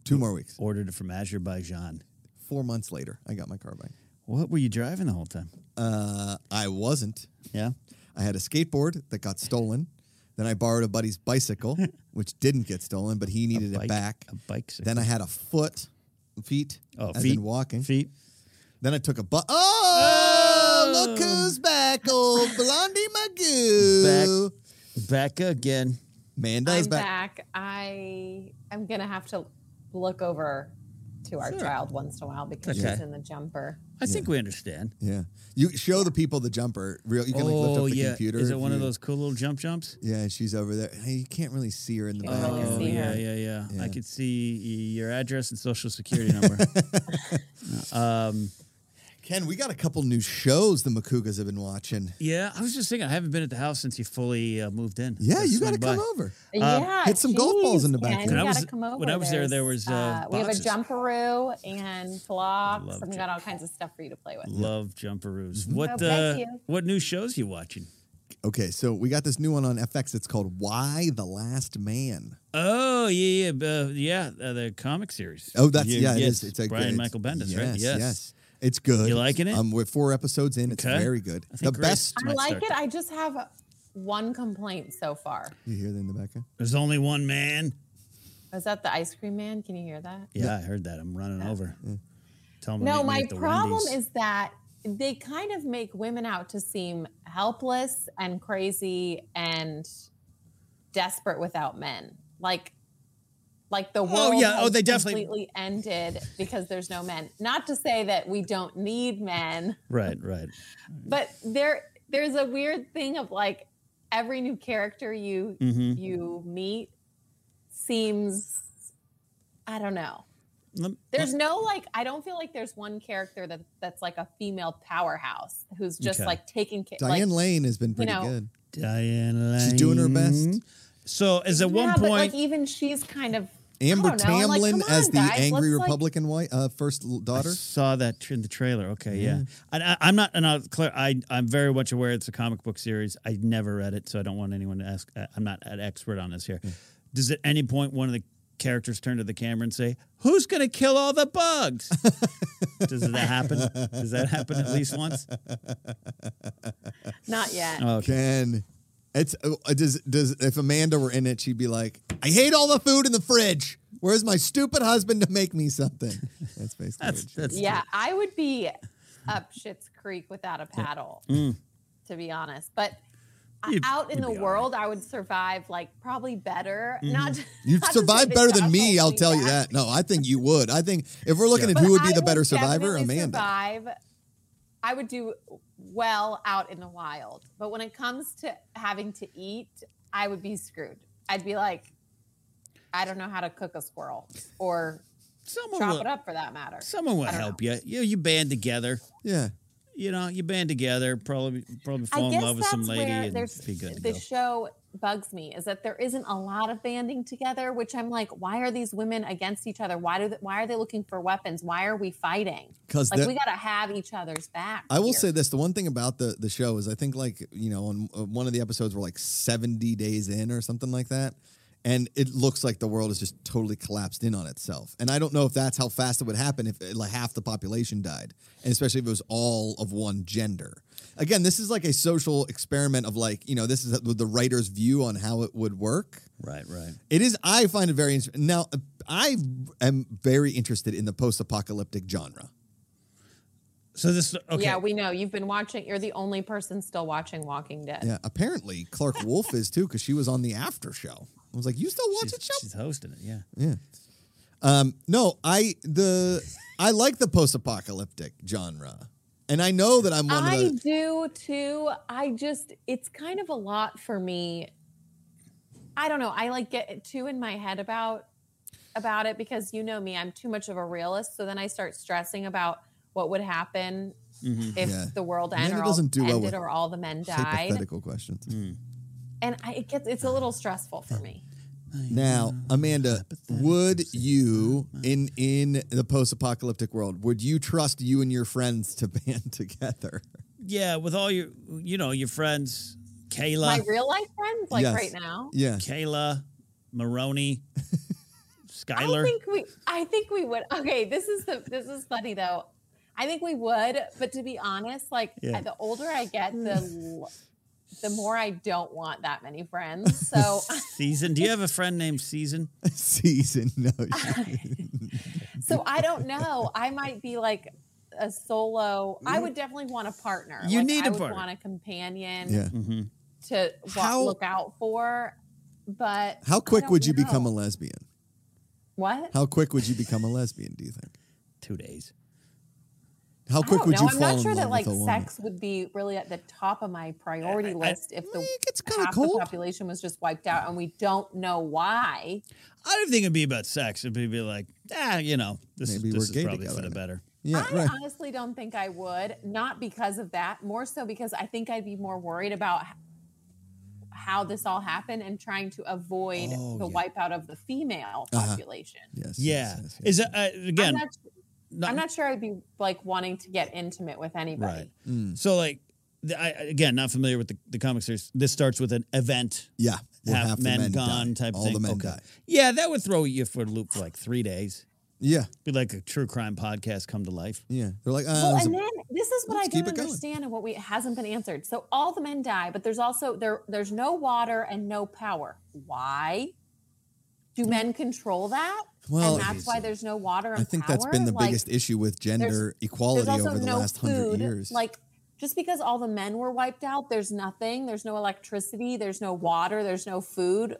A: Two more weeks.
B: Ordered it from Azerbaijan.
A: Four months later, I got my car back.
B: What were you driving the whole time?
A: Uh, I wasn't.
B: Yeah.
A: I had a skateboard that got stolen. Then I borrowed a buddy's bicycle, which didn't get stolen, but he needed
B: bike-
A: it back.
B: a bicycle.
A: Then I had a foot, feet.
B: Oh,
A: as
B: feet
A: in walking.
B: Feet.
A: Then I took a bu- oh, look
B: Oh.
A: who's back, old Blondie Magoo.
B: Back. Back again.
A: Manda's
D: I'm
A: back.
D: back. I I'm gonna have to look over to our child once in a while because
B: Okay.
D: she's in the jumper.
B: I think we understand. Oh,
A: Yeah, you show the people the jumper. Real, you can like lift up the
B: yeah.
A: computer.
B: Is
A: if
B: it one of
A: you-
B: those cool little jump jumps?
A: Yeah, she's over there. Hey, you can't really see her in the
D: It's
A: back.
D: like a
A: uh,
B: Oh,
D: see
B: yeah,
D: her.
B: yeah, yeah, I
A: Yeah.
B: could see y- your address and social security number. um,
A: Ken, we got a couple new shows the Makugas have been watching.
B: yeah, I was just thinking, I haven't been at the house since you fully uh, moved in.
A: Yeah,
B: Just
A: you got to
B: swing
A: come
B: by.
A: over.
D: yeah,
A: Uh, hit some golf balls in the
D: geez,
A: backyard.
D: Ken, you
A: When
B: I
D: gotta
B: was-
D: come over.
B: when I was there, there was, uh,
D: we have a
B: boxes.
D: jumperoo and blocks,
B: Love
D: and we got all kinds of stuff for you to play with.
B: Love jumperoos. What
D: Oh,
B: uh,
D: thank you.
B: what new shows you watching?
A: Okay, so we got this new one on FX. It's called Why the Last Man.
B: Oh yeah, yeah, uh, yeah. Uh, the comic series.
A: Oh, that's
B: You-
A: yeah, it
B: yes,
A: is. It's a
B: Brian
A: it's-
B: Michael Bendis,
A: yes,
B: right?
A: Yes,
B: Yes.
A: It's good.
B: You liking it?
A: Um, we're four episodes in. It's
B: Okay.
A: very good.
B: I
A: The
B: think Grace-
A: best.
D: I
B: Might
D: like
B: start.
D: it. I just have one complaint so far.
A: You hear that in the background?
B: There's only one man.
D: Is that the ice cream man? Can you hear that?
B: Yeah, I heard that. I'm running over. Tell him to
D: No,
B: meet me
D: my
B: at the
D: problem
B: Wendy's.
D: is that they kind of make women out to seem helpless and crazy and desperate without men. Like, like the world
B: yeah.
D: has
B: Oh, they definitely-
D: completely ended because there's no men. Not to say that we don't need men,
B: right, right.
D: but there there's a weird thing of like every new character you
B: Mm-hmm.
D: you meet seems I don't know
B: Lem-
D: There's no like I don't feel like there's one character that that's like a female powerhouse who's just
B: Okay.
D: like taking care.
A: Diane
D: like,
A: Lane has been pretty
D: know,
A: good.
B: Diane Lane.
A: She's doing her best.
B: So is at one
D: yeah, but like
B: point
D: even she's kind of I
A: Amber
D: don't know, I'm like,
A: Tamlin
D: come
A: as
D: on,
A: the
D: guys,
A: angry
D: let's, like-
A: Republican wife, uh, first l-
B: I
A: daughter.
B: saw that tr- in the trailer. Okay, yeah. And I, I'm not, and I'll clear. I I'm very much aware it's a comic book series. I never read it, so I don't want anyone to ask. I- I'm not an expert on this here. Does at any point one of the characters turn to the camera and say, "Who's going to kill all the bugs?" Does that happen? Does that happen at least once?
D: not yet.
B: Oh, okay.
A: Ken, it's uh, does does if Amanda were in it, she'd be like, "I hate all the food in the fridge. Where's my stupid husband to make me something?" That's basically
B: That's
A: what she-
B: that's
D: yeah, I would be up Shit's Creek without a paddle, to be honest. But I-
B: Mm. You'd-
D: out in
B: you'd
D: the
B: be all
D: world, I would survive like probably better.
B: Mm-hmm.
D: Not
A: You've
D: not to say
A: survived
D: that
A: better than
D: Josh
A: me,
D: won't
A: I'll
D: do
A: tell you that. No, I think you would. I think if we're looking at
B: Yeah.
A: who
D: But
A: would be
D: I
A: the better survivor,
D: definitely
A: Amanda.
D: Survive, I would do well out in the wild, but when it comes to having to eat, I would be screwed. I'd be like, I don't know how to cook a squirrel or
B: someone
D: chop
B: will,
D: it up for that matter.
B: Someone will
D: I don't
B: help you. You you band together.
A: Yeah.
B: You know, you band together. Probably probably fall in love with some lady and be good. To
D: the
B: go.
D: show bugs me is that there isn't a lot of banding together, which I'm like, why are these women against each other? Why do they, why are they looking for weapons? Why are we fighting?
A: 'Cause
D: like
A: the-
D: we got to have each other's back.
A: I will
D: here.
A: say this: the one thing about the the show is, I think, like you know, on uh, one of the episodes, we're like seventy days in or something like that, and it looks like the world is just totally collapsed in on itself. And I don't know if that's how fast it would happen if uh, like half the population died, and especially if it was all of one gender. Again, this is like a social experiment of like you know, this is the the writer's view on how it would work.
B: right, right.
A: It is. I find it very interesting. Now, uh, I am very interested in the post-apocalyptic genre.
B: So this okay.
D: Yeah, we know you've been watching. You're the only person still watching Walking Dead.
A: Yeah, apparently Clark Wolf is too because she was on the after show. I was like, you still watch
B: she's,
A: it, show?
B: she's hosting it. Yeah.
A: Yeah. Um, no, I the I like the post-apocalyptic genre, and I know that I'm one
D: I
A: of the.
D: do too. I just it's kind of a lot for me. I don't know. I like get too in my head about about it because you know me, I'm too much of a realist. So then I start stressing about what would happen if
A: Yeah.
D: the world
A: Amanda
D: ended, or, all,
A: doesn't do well
D: ended
A: with
D: or all the men died. Hmm.
A: Hypothetical questions.
D: And I, it gets it's a little stressful for me.
A: Now, Amanda, would you
D: Uh-huh.
A: in in the post-apocalyptic world would you trust you and your friends to band together?
B: Yeah, with all your, you know, your friends, Kayla,
D: my real life friends, like
A: Uh, yes.
D: right now.
A: Yeah,
B: Kayla, Maroney,
D: I
B: Skylar.
D: think we I think we would. Okay, this is the this is funny though. I think we would, but to be honest, like
B: Yeah.
D: the older I get, the l- the more I don't want that many friends. So
B: Season. Do you have a friend named Season?
A: season. No,
D: so I don't know. I might be like a solo. I would definitely want a partner.
B: You
D: Like,
B: need
D: I
B: a
D: would
B: partner.
D: want a companion
A: yeah.
D: to wa-
A: How-
D: look out for. But
A: How
D: I
A: quick
D: don't
A: would you
D: know.
A: become a lesbian?
D: what?
A: How quick would you become a lesbian? Do you think?
B: Two days.
A: How
D: I
A: quick
D: don't
A: would
D: know.
A: you
D: Oh, I'm
A: fall
D: not sure
A: in
D: that
A: love
D: like
A: with a woman?
D: sex would be really at the top of my priority list if the
A: It gets kinda
D: half
A: cold.
D: the population was just wiped out and we don't know why.
B: I don't think it'd be about sex. It'd be like, ah, you know, this,
A: Maybe
B: this
A: we're
B: is
A: gay
B: probably for
A: together then.
B: the better.
A: Yeah,
D: I
A: right.
D: honestly don't think I would, not because of that, more so because I think I'd be more worried about h- how this all happened and trying to avoid
B: Oh,
D: the
B: yeah. Uh-huh.
D: wipeout of the female population.
A: Yes.
B: Yeah.
A: yes, yes, yes.
B: Is it, uh,
D: I'm
B: again?
D: not,
B: not-
D: I'm not sure I'd be like wanting to get intimate with anybody.
B: right.
A: Mm.
B: So like, the, I again not familiar with the, the comic series. This starts with an event.
A: yeah. where
B: half,
A: half the
B: men,
A: die.
B: gone type
A: All
B: thing.
A: the men
B: okay.
A: die.
B: Yeah, that would throw you for a loop for like three days.
A: Yeah.
B: Be like a true crime podcast come to life.
A: Yeah. They're like, uh,
D: Well,
A: there's
D: and
A: a-
D: then this is what I
A: let's keep
D: don't
A: it going.
D: understand and what we hasn't been answered. So all the men die, but there's also there there's no water and no power. Why? Do men control that?
A: Hmm. Well,
D: and that's why there's no water and
A: I think
D: power.
A: that's been the
D: Like,
A: biggest issue with gender
D: There's
A: equality
D: also
A: over the
D: no
A: last hundred
D: food.
A: years.
D: Like just because all the men were wiped out, there's nothing. There's no electricity. There's no water. There's no food.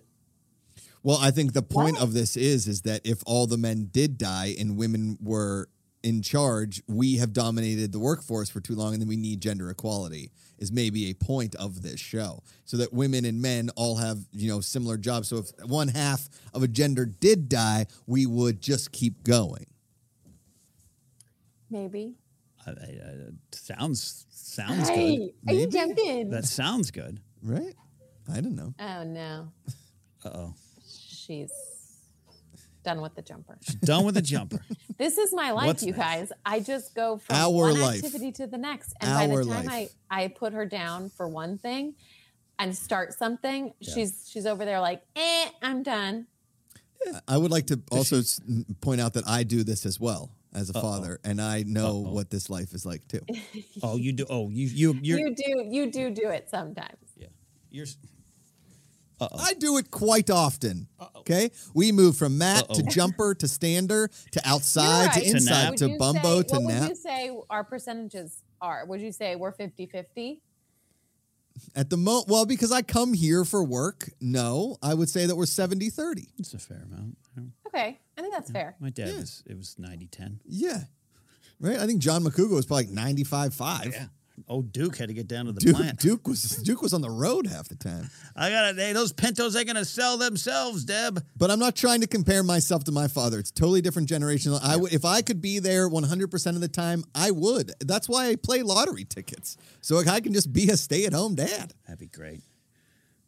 A: well, I think the point
D: What?
A: of this is is that if all the men did die and women were in charge, we have dominated the workforce for too long, and then we need gender equality. Is maybe a point of this show, so that women and men all have you know similar jobs. So if one half of a gender did die, we would just keep going.
D: Maybe.
B: I, I, I, sounds sounds good.
D: Hey, are
A: Maybe.
D: you tempted?
B: That sounds good.
A: right? I don't know.
D: oh no,
B: Uh oh.
D: she's done with the jumper.
B: Done with the jumper.
D: This is my life,
B: What's
D: you
B: next?
D: guys. I just go from
A: Our
D: one
A: life.
D: activity to the next, and by
A: Our
D: the time
A: life.
D: I I put her down for one thing and start something, she's she's over there like, eh, I'm done.
A: I would like to also s- n- point out that I do this as well as a father, and I know
B: Uh-oh.
A: what this life is like too.
B: Oh, you do. Oh, you you you're
D: you do you do do it sometimes.
B: yeah. You're s-
A: I do it quite often. Okay, we move from mat to
B: Uh-oh.
A: jumper to stander to outside to
D: You're right.
A: inside
B: nap.
A: to
D: Would you
A: bumbo
D: say,
A: to
D: what
A: nap.
D: would you say our percentages are? Would you say we're 50-50?
A: At the moment, well, because I come here for work, no, I would say that we're 70 30.
B: it's a fair amount.
D: Okay, I think that's fair.
B: My dad
A: Yeah.
B: was it was 90 10.
A: Yeah, right. I think John McCougar was probably like 95 5.
B: Oh, Duke had to get down to the
A: Duke,
B: plant.
A: Duke was Duke was on the road half the time.
B: I got to Hey, those Pintos ain't gonna sell themselves, Deb.
A: But I'm not trying to compare myself to my father. It's totally different generational. I would, if I could be there 100% of the time, I would. That's why I play lottery tickets. So I can just be a stay-at-home dad.
B: That'd be great.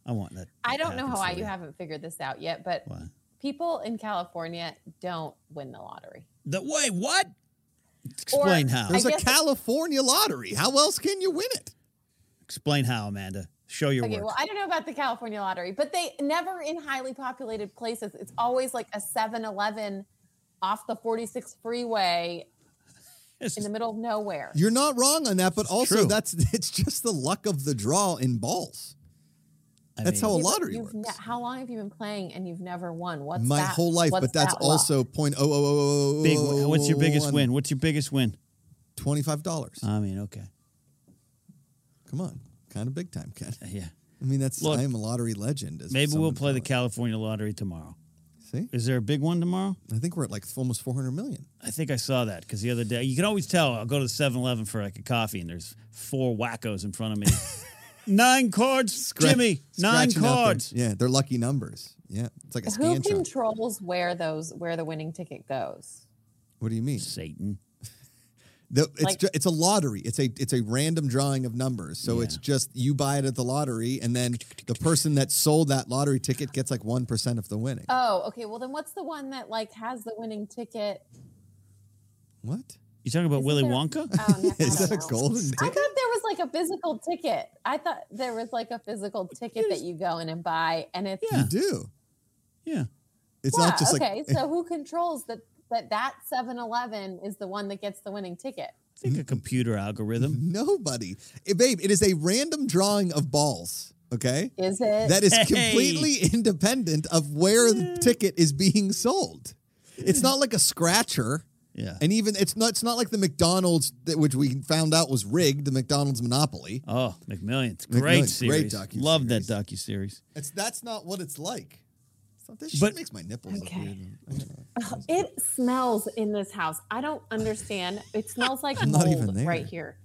B: I want that.
D: I
B: to
D: don't know
B: happen
D: how I,
B: for
D: you haven't figured this out yet, but
B: Why?
D: people in California don't win the lottery.
B: The wait, what? Explain how.
D: I
A: There's a
D: guess-
A: California lottery. How else can you win it?
B: Explain how, Amanda. Show your
D: Okay,
B: work.
D: well, I don't know about the California lottery, but they never in highly populated places. It's always like a 7 Eleven off the 46 freeway
B: This
D: in
B: is-
D: the middle of nowhere.
A: You're not wrong on that, but also
B: true.
A: that's it's just the luck of the draw in balls.
B: I
A: That's
B: mean,
A: how a
D: You-
A: lottery
D: you've
A: works.
D: ne- how long have you been playing and you've never won? What's
A: my
D: that-
A: whole life,
D: what's
A: but that's
D: that luck?
A: also point oh oh oh.
B: big. What's your biggest
A: one-
B: win? Uh. What's your biggest win?
A: Twenty-five dollars.
B: I mean, okay,
A: Come on, kind of big time, Ken.
B: yeah.
A: I mean, that's
B: Look,
A: I am a lottery legend. as
B: Maybe we'll
A: someone
B: play the
A: called
B: California lottery tomorrow.
A: it. See,
B: Is there a big one tomorrow?
A: I think we're at like almost 400 million.
B: I think I saw that because the other day, you can always tell. I'll go to 7 Eleven for like a coffee and there's four wackos in front of me. nine cards, Jimmy, nine
A: Scratching out their-
B: cards.
A: Yeah, they're lucky numbers. Yeah, it's like a
D: Who
A: scantron.
D: controls where those where the winning ticket goes?
A: what do you mean?
B: Satan.
A: The- it's
D: Like-
A: ju- it's a lottery. It's a it's a random drawing of numbers. So it's
B: Yeah.
A: just you buy it at the lottery, and then the person that sold that lottery ticket gets like one percent of the winning.
D: Oh, okay. Well, then what's the one that like has the winning ticket?
A: what?
B: You talking about
D: Isn't
B: Willy
D: there-
B: Wonka?
D: Oh, no, I
A: Is
D: don't
A: that a
D: know.
A: golden
D: I thought
A: ticket?
D: there was like a physical ticket. I thought there was like a physical ticket that you go in and buy, and it's
B: Yeah.
A: You do.
B: yeah.
A: It's
D: Yeah,
A: not just
D: okay.
A: like
D: so who controls that? That that Seven Eleven is the one that gets the winning ticket.
B: I think a computer algorithm.
A: nobody. Eh, babe, it is a random drawing of balls. Okay.
D: Is it?
A: that is
B: Hey.
A: completely independent of where the ticket is being sold. It's not like a scratcher.
B: Yeah.
A: Mm-hmm. And even it's not it's not like the McDonald's that which we found out was rigged, the McDonald's monopoly.
B: Oh, McMillions.
A: McMillions,
B: Great
A: great
B: series.
A: docuseries.
B: Love that docu series.
A: It's that's not what it's like. It's not, this
B: But-
A: shit makes my nipples look
D: Okay.
A: weird. I don't know.
D: It smells in this house. I don't understand. It smells like
A: I'm not
D: mold
A: even there.
D: right here.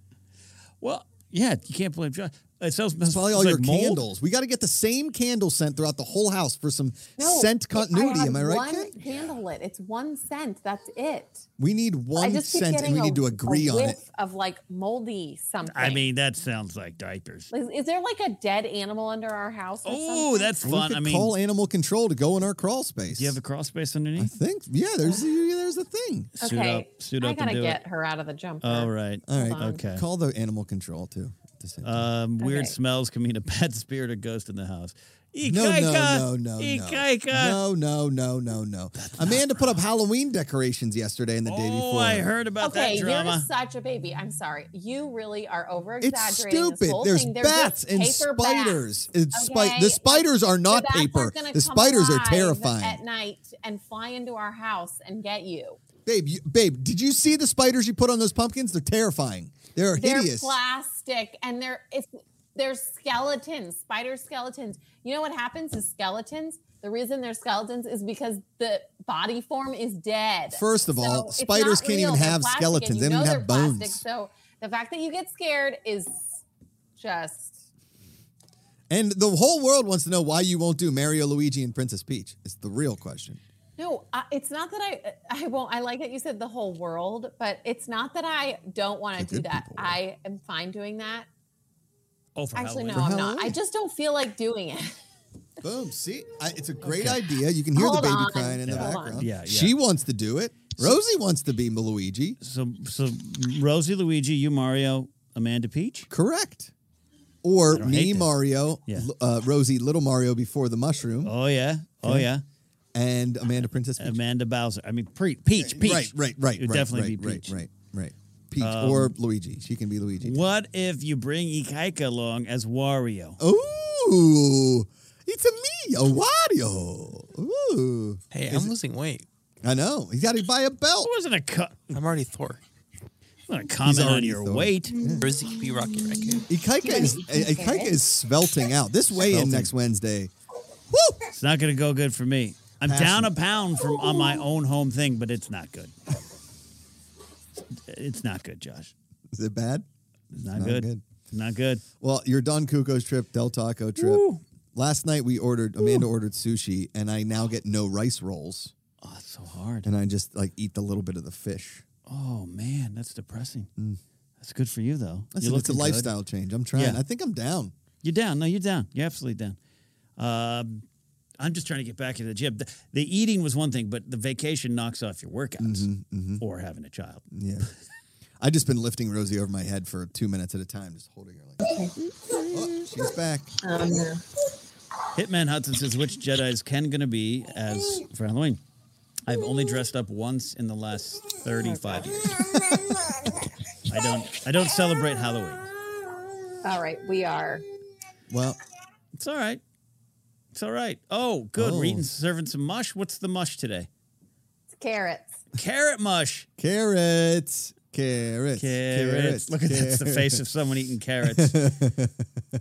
B: Well, yeah, you can't blame John. It sells
A: It's probably all
B: like
A: your
B: mold.
A: candles. We got to get the same candle scent throughout the whole house for some scent
D: I
A: continuity.
D: have
A: Am I right,
D: One
A: Ken?
D: candle lit. It's one scent. That's it.
A: We need
D: I
A: one
D: just keep
A: scent,
D: getting
A: and we
D: a,
A: need to
D: a
A: agree on it.
D: whiff Of like moldy something.
B: I mean, that sounds like diapers.
D: Is, is there like a dead animal under our house? or
B: Oh,
D: something?
B: that's
A: We
B: fun.
A: could
B: I mean,
A: call animal control to go in our crawl space.
B: do you have a crawl space
A: I
B: underneath?
A: think yeah. There's yeah, there's a thing.
B: Suit up, suit
D: I
B: up,
D: gotta
B: and do
D: get
B: it.
D: her out of the jumper.
B: All right.
A: All right.
D: on.
B: Okay.
A: Call the animal control too. at the same time.
B: Um, Weird
D: Okay.
B: smells can mean a bad spirit or ghost in the house. Ikaika,
A: no, no, no, no,
B: Ikaika.
A: no, no, no, no, no. Amanda put up Halloween decorations yesterday and the day
B: Oh,
A: before.
B: I heard about
D: Okay,
B: that
D: you're
B: drama.
D: such a baby. I'm sorry. You really are over
A: It's
D: exaggerating.
A: stupid. There's bats and spiders. It's spi-
D: okay?
A: the spiders are not
D: the bats
A: paper.
D: aren't gonna
A: The
D: come
A: spiders are
D: alive
A: terrifying.
D: At night and fly into our house and get you.
A: babe, you, babe, did you see the spiders you put on those pumpkins? They're terrifying. They're,
D: They're
A: hideous.
D: plastic and they're it's they're skeletons, spider skeletons. You know what happens is skeletons. The reason they're skeletons is because the body form is dead.
A: First of all,
D: it's
A: spiders
D: not
A: can't even
D: They're
A: have
D: plastic, and
A: skeletons.
D: you
A: They don't
D: know
A: even
D: they're
A: have bones.
D: So the fact that you get scared is just
A: And the whole world wants to know why you won't do Mario, Luigi, and Princess Peach. It's the real question.
D: No, uh, it's not that I I won't. I like that you said the whole world, but it's not that I don't want to
A: The
D: do
A: good
D: that.
A: people will.
D: I am fine doing that.
B: Oh, for Halloween.
D: Actually, no, I'm not.
A: Halloween.
D: I just don't feel like doing it.
A: Boom. See, I, it's a great idea. You can hear the
D: Hold
A: baby
D: on.
A: crying in the
D: Hold on.
A: background.
B: Yeah, yeah.
A: She wants to do it. Rosie wants to be Luigi.
B: So, so Rosie, Luigi, you, Mario, Amanda, Peach.
A: Correct. Or
B: don't hate
A: me,
B: this.
A: Mario,
B: Yeah.
A: L- uh, Rosie, Little Mario before the mushroom,
B: Oh yeah, oh yeah,
A: and Amanda Princess Peach.
B: Amanda Bowser. I mean, pre- Peach, Peach.
A: Right, right, right.
B: It would
A: right,
B: definitely
A: right,
B: be Peach. Um,
A: Right, right, right. Peach or Luigi. She can be Luigi.
B: What if you bring Ikaika along as Wario?
A: Ooh, it's a me, a Wario. Ooh,
C: Hey, I'm losing weight.
A: I know. He's got to buy a belt.
B: It wasn't a, co-
C: I'm already Thor.
B: wasn't a comment on
A: already
B: your
A: thought.
B: weight.
C: Brizzy be Rocky Raccoon.
A: Ikaika is I- Ikaika is svelting out. This way in
B: Svelting.
A: next Wednesday. Woo!
B: It's not going to go good for me. I'm
A: Pass
B: down
A: me.
B: a pound from on my own home thing, but it's not good. It's not good, Josh.
A: Is it bad?
B: It's not,
A: Not
B: good.
A: good.
B: Not good.
A: Well, your Don Cuco's trip, Del Taco trip.
B: Woo.
A: Last night we ordered Amanda ordered sushi, and I now get no rice rolls,
B: Oh, it's so hard.
A: and I just like eat the little bit of the fish.
B: Oh man, that's depressing. That's good for you though.
A: Listen,
B: You're
A: it's Mm. a
B: looking good.
A: lifestyle change. I'm trying.
B: Yeah.
A: I think I'm down.
B: You're down. No, you're down. You're absolutely down. Um, I'm just trying to get back into the gym. The, the eating was one thing, but the vacation knocks off your workouts
A: Mm-hmm,
B: or having a child.
A: Yeah. I just been lifting Rosie over my head for two minutes at a time, just holding her like. Oh, she's back.
D: Uh,
B: Hitman Hudson says, which Jedi is Ken going to be as for Halloween? I've only dressed up once in the last 35 years. I don't I don't celebrate Halloween.
D: All right, we are.
A: Well,
B: It's all right. It's all right. Oh, good.
A: Oh.
B: We're eating, serving some mush. What's the mush today?
D: It's carrots.
B: Carrot mush.
A: carrots, carrots,
B: Carrots. Look at that's the face of someone eating carrots.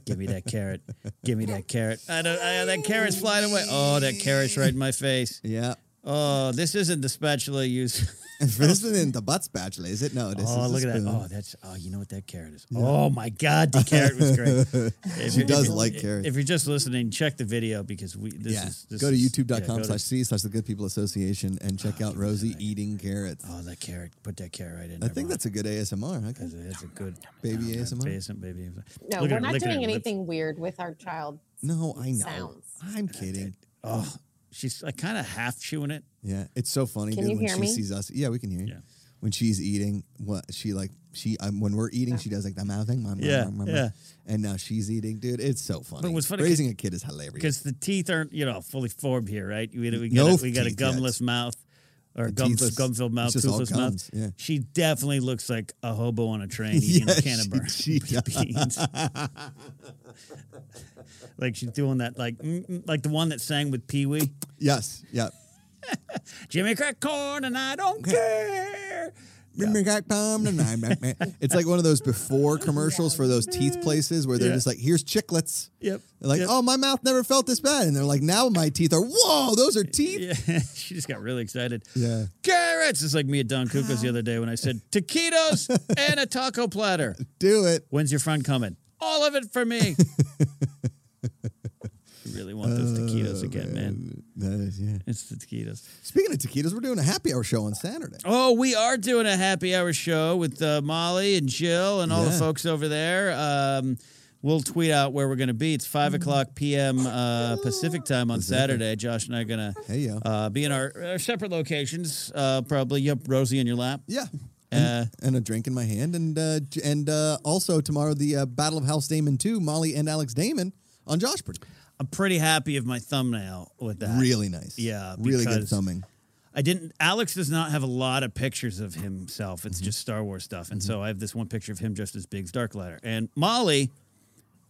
B: Give me that carrot. Give me that carrot. I don't, I, that carrot's flying away. Oh, that carrot's right in my face.
A: Yeah.
B: Oh, this isn't the spatula use.
A: And this isn't the butt spatula, is it? No, this
B: oh,
A: is
B: look
A: the
B: at that.
A: spoon.
B: Oh, that's. Oh, you know what that carrot is. Oh my God, the carrot was great. If
A: She
B: you're-
A: does
B: if-
A: like carrots.
B: If you're just listening, check the video because we. This
A: yeah.
B: is, this
A: go to
B: is-
A: youtube.com
B: yeah, go to-
A: slash C slash the Good People Association and check out Rosie eating carrots.
B: Oh, that carrot. Put that carrot right in.
A: I
B: there,
A: think
B: Mom.
A: that's a good ASMR. I guess.
B: That's a, that's a good
A: Baby
B: Yeah,
A: ASMR?
B: Baby, baby ASMR.
D: No,
B: Look at
D: we're
B: her
D: not
B: licking her
D: doing
B: lips.
D: anything weird with our child.
A: No, I know.
D: Sounds.
A: I'm kidding.
B: Oh, she's like kind of half chewing it.
A: Yeah, it's so funny
D: Can
A: dude,
D: you
A: when
D: hear
A: she
D: me?
A: sees us. Yeah, we can hear you.
B: Yeah.
A: When she's eating, what she like she um, when we're
D: Oh.
A: eating, she does like the mouth thing. mom, mom,
B: Yeah,
A: mom, mom,
B: yeah.
A: And now she's eating, dude. It's so funny.
B: what's funny-
A: raising a kid is hilarious.
B: because the teeth aren't you know fully formed here, right? We, we got
A: No
B: a, we got a
A: teeth yet.
B: gumless mouth or gum
A: teethless-
B: gum-filled mouth,
A: it's just all
B: toothless mouth.
A: gums, yeah.
B: She definitely looks like a hobo on a train eating
A: Yeah,
B: a can of
A: she-
B: burn
A: she does.
B: beans. like she's doing that, like mm, mm, like the one that sang with Pee Wee,
A: Yes, yeah.
B: Jimmy crack corn, and I don't care.
A: it's like one of those before commercials for those teeth places where they're
B: Yeah.
A: just like, here's chiclets.
B: Yep.
A: They're like,
B: yep.
A: oh, my mouth never felt this bad. And they're like, now my teeth are, whoa, those are teeth.
B: Yeah, she just got really excited.
A: Yeah.
B: Carrots! It's like me at Don Cuco's the other day when I said taquitos and a taco platter.
A: Do it.
B: When's your friend coming? All of it for me. I really want those
A: Oh,
B: taquitos again, man.
A: That is, yeah.
B: It's the taquitos.
A: Speaking of taquitos, we're doing a happy hour show on Saturday.
B: Oh, we are doing a happy hour show with uh, Molly and Jill and all the
A: Yeah.
B: folks over there. Um, we'll tweet out where we're going to be. It's 5 o'clock p.m. Uh, Pacific time on Saturday. Josh and I are going to
A: Hey, yo.
B: uh, be in our, our separate locations, uh, probably. Yep, Rosie in your lap.
A: Yeah.
B: Uh,
A: And a drink in my hand, and uh, j- and uh, also tomorrow the uh, Battle of House Damon two, Molly and Alex Damon on Joshport.
B: I'm pretty happy of my thumbnail with that.
A: Really nice,
B: Yeah,
A: really good
B: because-
A: thumbing.
B: I didn't. Alex does not have a lot of pictures of himself. It's just Star Wars stuff, and so I have this one picture of him dressed as Biggs Darklighter. And Molly,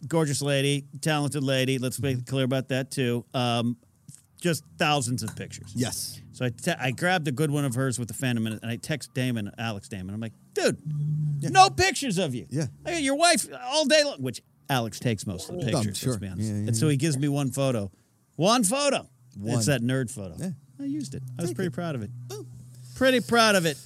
B: gorgeous lady, talented lady. Let's make it clear about that too. Um, just thousands of pictures.
A: Yes,
B: So I, te- I grabbed a good one of hers with the Phantom in it, and I text Damon, Alex Damon. I'm like, dude, no pictures of you.
A: Yeah.
B: I got your wife all day long, which Alex takes most of the
A: I'm
B: pictures,
A: sure.
B: let's be honest.
A: Yeah, yeah,
B: and so he gives me one photo. One photo.
A: One.
B: It's that nerd photo.
A: Yeah.
B: I used it. I was
A: Take
B: pretty
A: it. Oh.
B: proud of it. Pretty proud of it.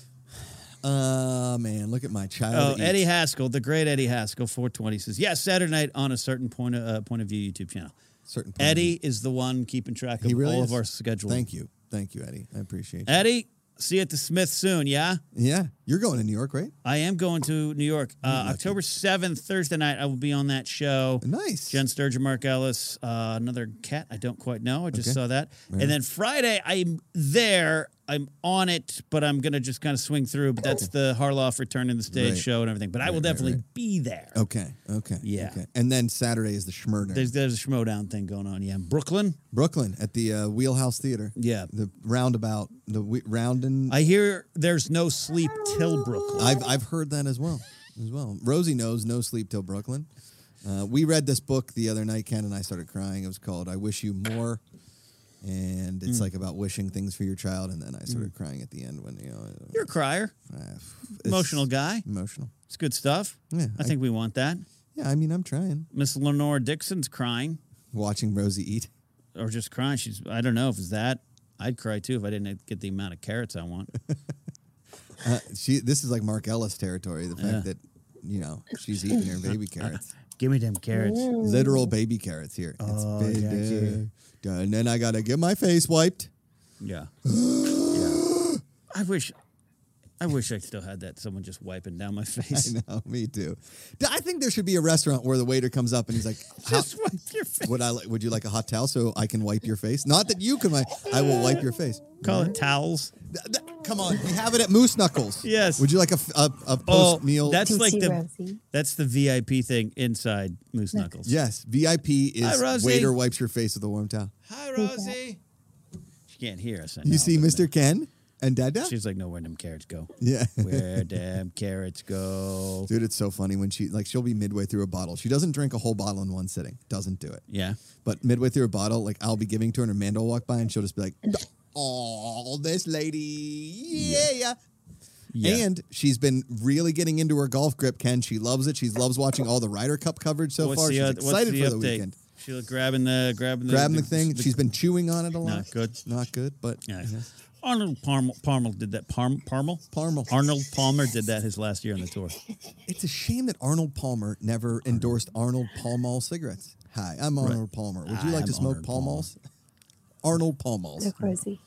A: uh, man, look at my
B: Oh,
A: child.
B: Eddie Haskell, the great Eddie Haskell, 420 says, yes, Saturday night on a certain point of, uh, point of view YouTube channel.
A: certain point of
B: Eddie is the one keeping track
A: view.
B: of
A: he really
B: all
A: is.
B: of our scheduling.
A: Thank you, Thank you, Eddie. I appreciate you.
B: Eddie, see you at the Smith soon, yeah?
A: Yeah. You're going to New York, right?
B: I am going to New York.
A: Mm,
B: Uh, October 7th, Thursday night, I will be on that show.
A: Nice.
B: Jen Sturgeon, Mark Ellis, uh, another cat I don't quite know. I just
A: Okay.
B: saw that. And then Friday, I'm there. I'm on it, but I'm going to just kind of swing through. But that's the Harloff returning the stage
A: Right.
B: show and everything. But I will
A: right,
B: definitely
A: right.
B: be there.
A: Okay. Okay.
B: Yeah.
A: Okay. And then Saturday is the Schmurner.
B: There's, there's a Schmodown thing going on, yeah. in Brooklyn.
A: Brooklyn at the uh, Wheelhouse Theater.
B: Yeah.
A: The roundabout, the we- round and
B: I hear there's no sleep till Brooklyn.
A: I've I've heard that as well. As well. Rosie knows No Sleep Till Brooklyn. Uh, we read this book the other night, Ken and I started crying. It was called I Wish You More. And it's
B: Hmm.
A: like about wishing things for your child, and then I started crying at the end when you know
B: You're a crier,
A: uh, it's
B: emotional guy.
A: Emotional.
B: It's good stuff.
A: Yeah, I-
B: I think we want that.
A: Yeah, I mean I'm trying.
B: Miss Lenore Dixon's crying
A: Watching Rosie eat.
B: or just crying. She's I don't know if it's that. I'd cry too if I didn't get the amount of carrots I want.
A: Uh, she this is like Mark Ellis territory, the fact
B: Yeah.
A: that you know, she's eating her baby carrots.
B: Give me them carrots.
A: Literal baby carrots here.
B: Oh,
A: it's big.
B: got you.
A: uh, And then I gotta get my face wiped.
B: Yeah. Yeah. I wish I wish I still had that someone just wiping down my face.
A: I know, me too. D- I think there should be a restaurant where the waiter comes up and he's like, "How-
B: Just wipe your face.
A: "Would I? li- Would you like a hot towel so I can wipe your face? Not that you can wipe. I will wipe your face.
B: Call it towels.
A: Th- th- come on, we have it at Moose Knuckles.
B: Yes.
A: Would you like a f- a,
B: Oh,
A: post meal?
B: that's
D: Can
B: like
D: see
B: the
D: Rosie.
B: that's the VIP thing inside Moose Knuckles.
A: yes. VIP is
B: Hi, Rosie.
A: waiter wipes your face with a warm towel.
B: Hi Rosie. She can't hear us. I
A: You
B: know,
A: see,
B: but
A: Mr. Ken and Dada.
B: She's like, no, where them carrots go?
A: yeah.
B: Where damn carrots go?
A: Dude, it's so funny when she like she'll be midway through a bottle. She doesn't drink a whole bottle in one sitting. Doesn't do it.
B: Yeah.
A: But midway through a bottle, like I'll be giving to her, and Amanda will walk by, and she'll just be like, "Oh, this lady, yeah, yeah."
B: Yeah.
A: And she's been really getting into her golf grip, Ken. She loves it. She loves watching all the Ryder Cup coverage so far. She's
B: oth-
A: excited for the
B: update?
A: weekend.
B: She's grabbing the grabbing the
A: Grabbing the thing. She's been chewing on it a lot.
B: Not good.
A: Not good, but
B: Yeah. Arnold Parmel, Parmel did that. Parm, Parmel?
A: Parmel.
B: Arnold Palmer did that his last year on the tour.
A: it's a shame that Arnold Palmer never endorsed Arnold Pall Mall cigarettes. Hi, I'm Arnold Palmer. Would you like
B: I'm
A: to smoke
B: Arnold
A: Pall
B: Palmer.
A: Malls? Arnold Pall Malls.
D: Look, Rosie.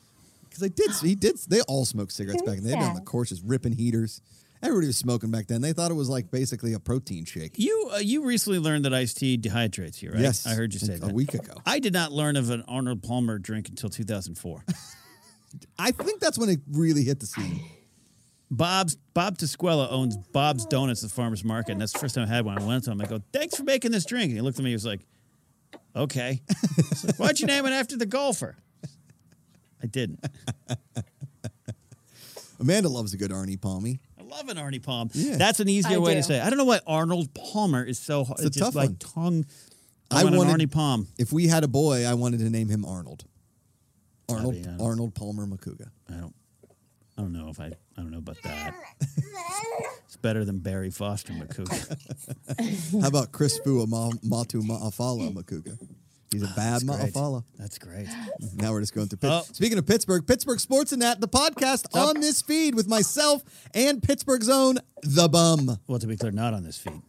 A: Because they did, he did. They all smoked cigarettes back then. They'd be on the
D: Yeah.
A: courses ripping heaters. Everybody was smoking back then. They thought it was like basically a protein shake.
B: You uh, you recently learned that iced tea dehydrates you, right?
A: Yes,
B: I heard you say
A: a
B: that.
A: week ago.
B: I did not learn of an Arnold Palmer drink until 2004.
A: I think that's when it really hit the scene.
B: Bob's Bob Tosquella owns Bob's Donuts at the farmers market, and that's the first time I had one. I went to him. I go, "Thanks for making this drink." And he looked at me. He was like, "Okay, I was like, why'd you name it after the golfer?" I didn't.
A: Amanda loves a good Arnie Palmy.
B: I love an Arnie Palm.
A: Yeah.
B: That's an easier
D: I
B: way to
D: do.
B: say. It. I don't know why Arnold Palmer is so hard.
A: It's a
B: just
A: tough
B: like
A: one.
B: tongue.
A: I
B: I want an
A: wanted-
B: Arnie Palm.
A: If we had a boy, I wanted to name him Arnold. Arnold
B: be honest.
A: Arnold Palmer Macuga.
B: I don't. I don't know if I. I don't know about that. it's better than Barry Foster McCook.
A: How about Chris Fua Ma- Matu Maafala Macuga? He's a bad
B: Ah, great.
A: Maafala.
B: That's great.
A: Now we're just going through. Pitt-
B: Oh.
A: Speaking of Pittsburgh, Pittsburgh Sports and that the podcast on this feed with myself and Pittsburgh's own the bum.
B: Well, to be clear, not on this feed.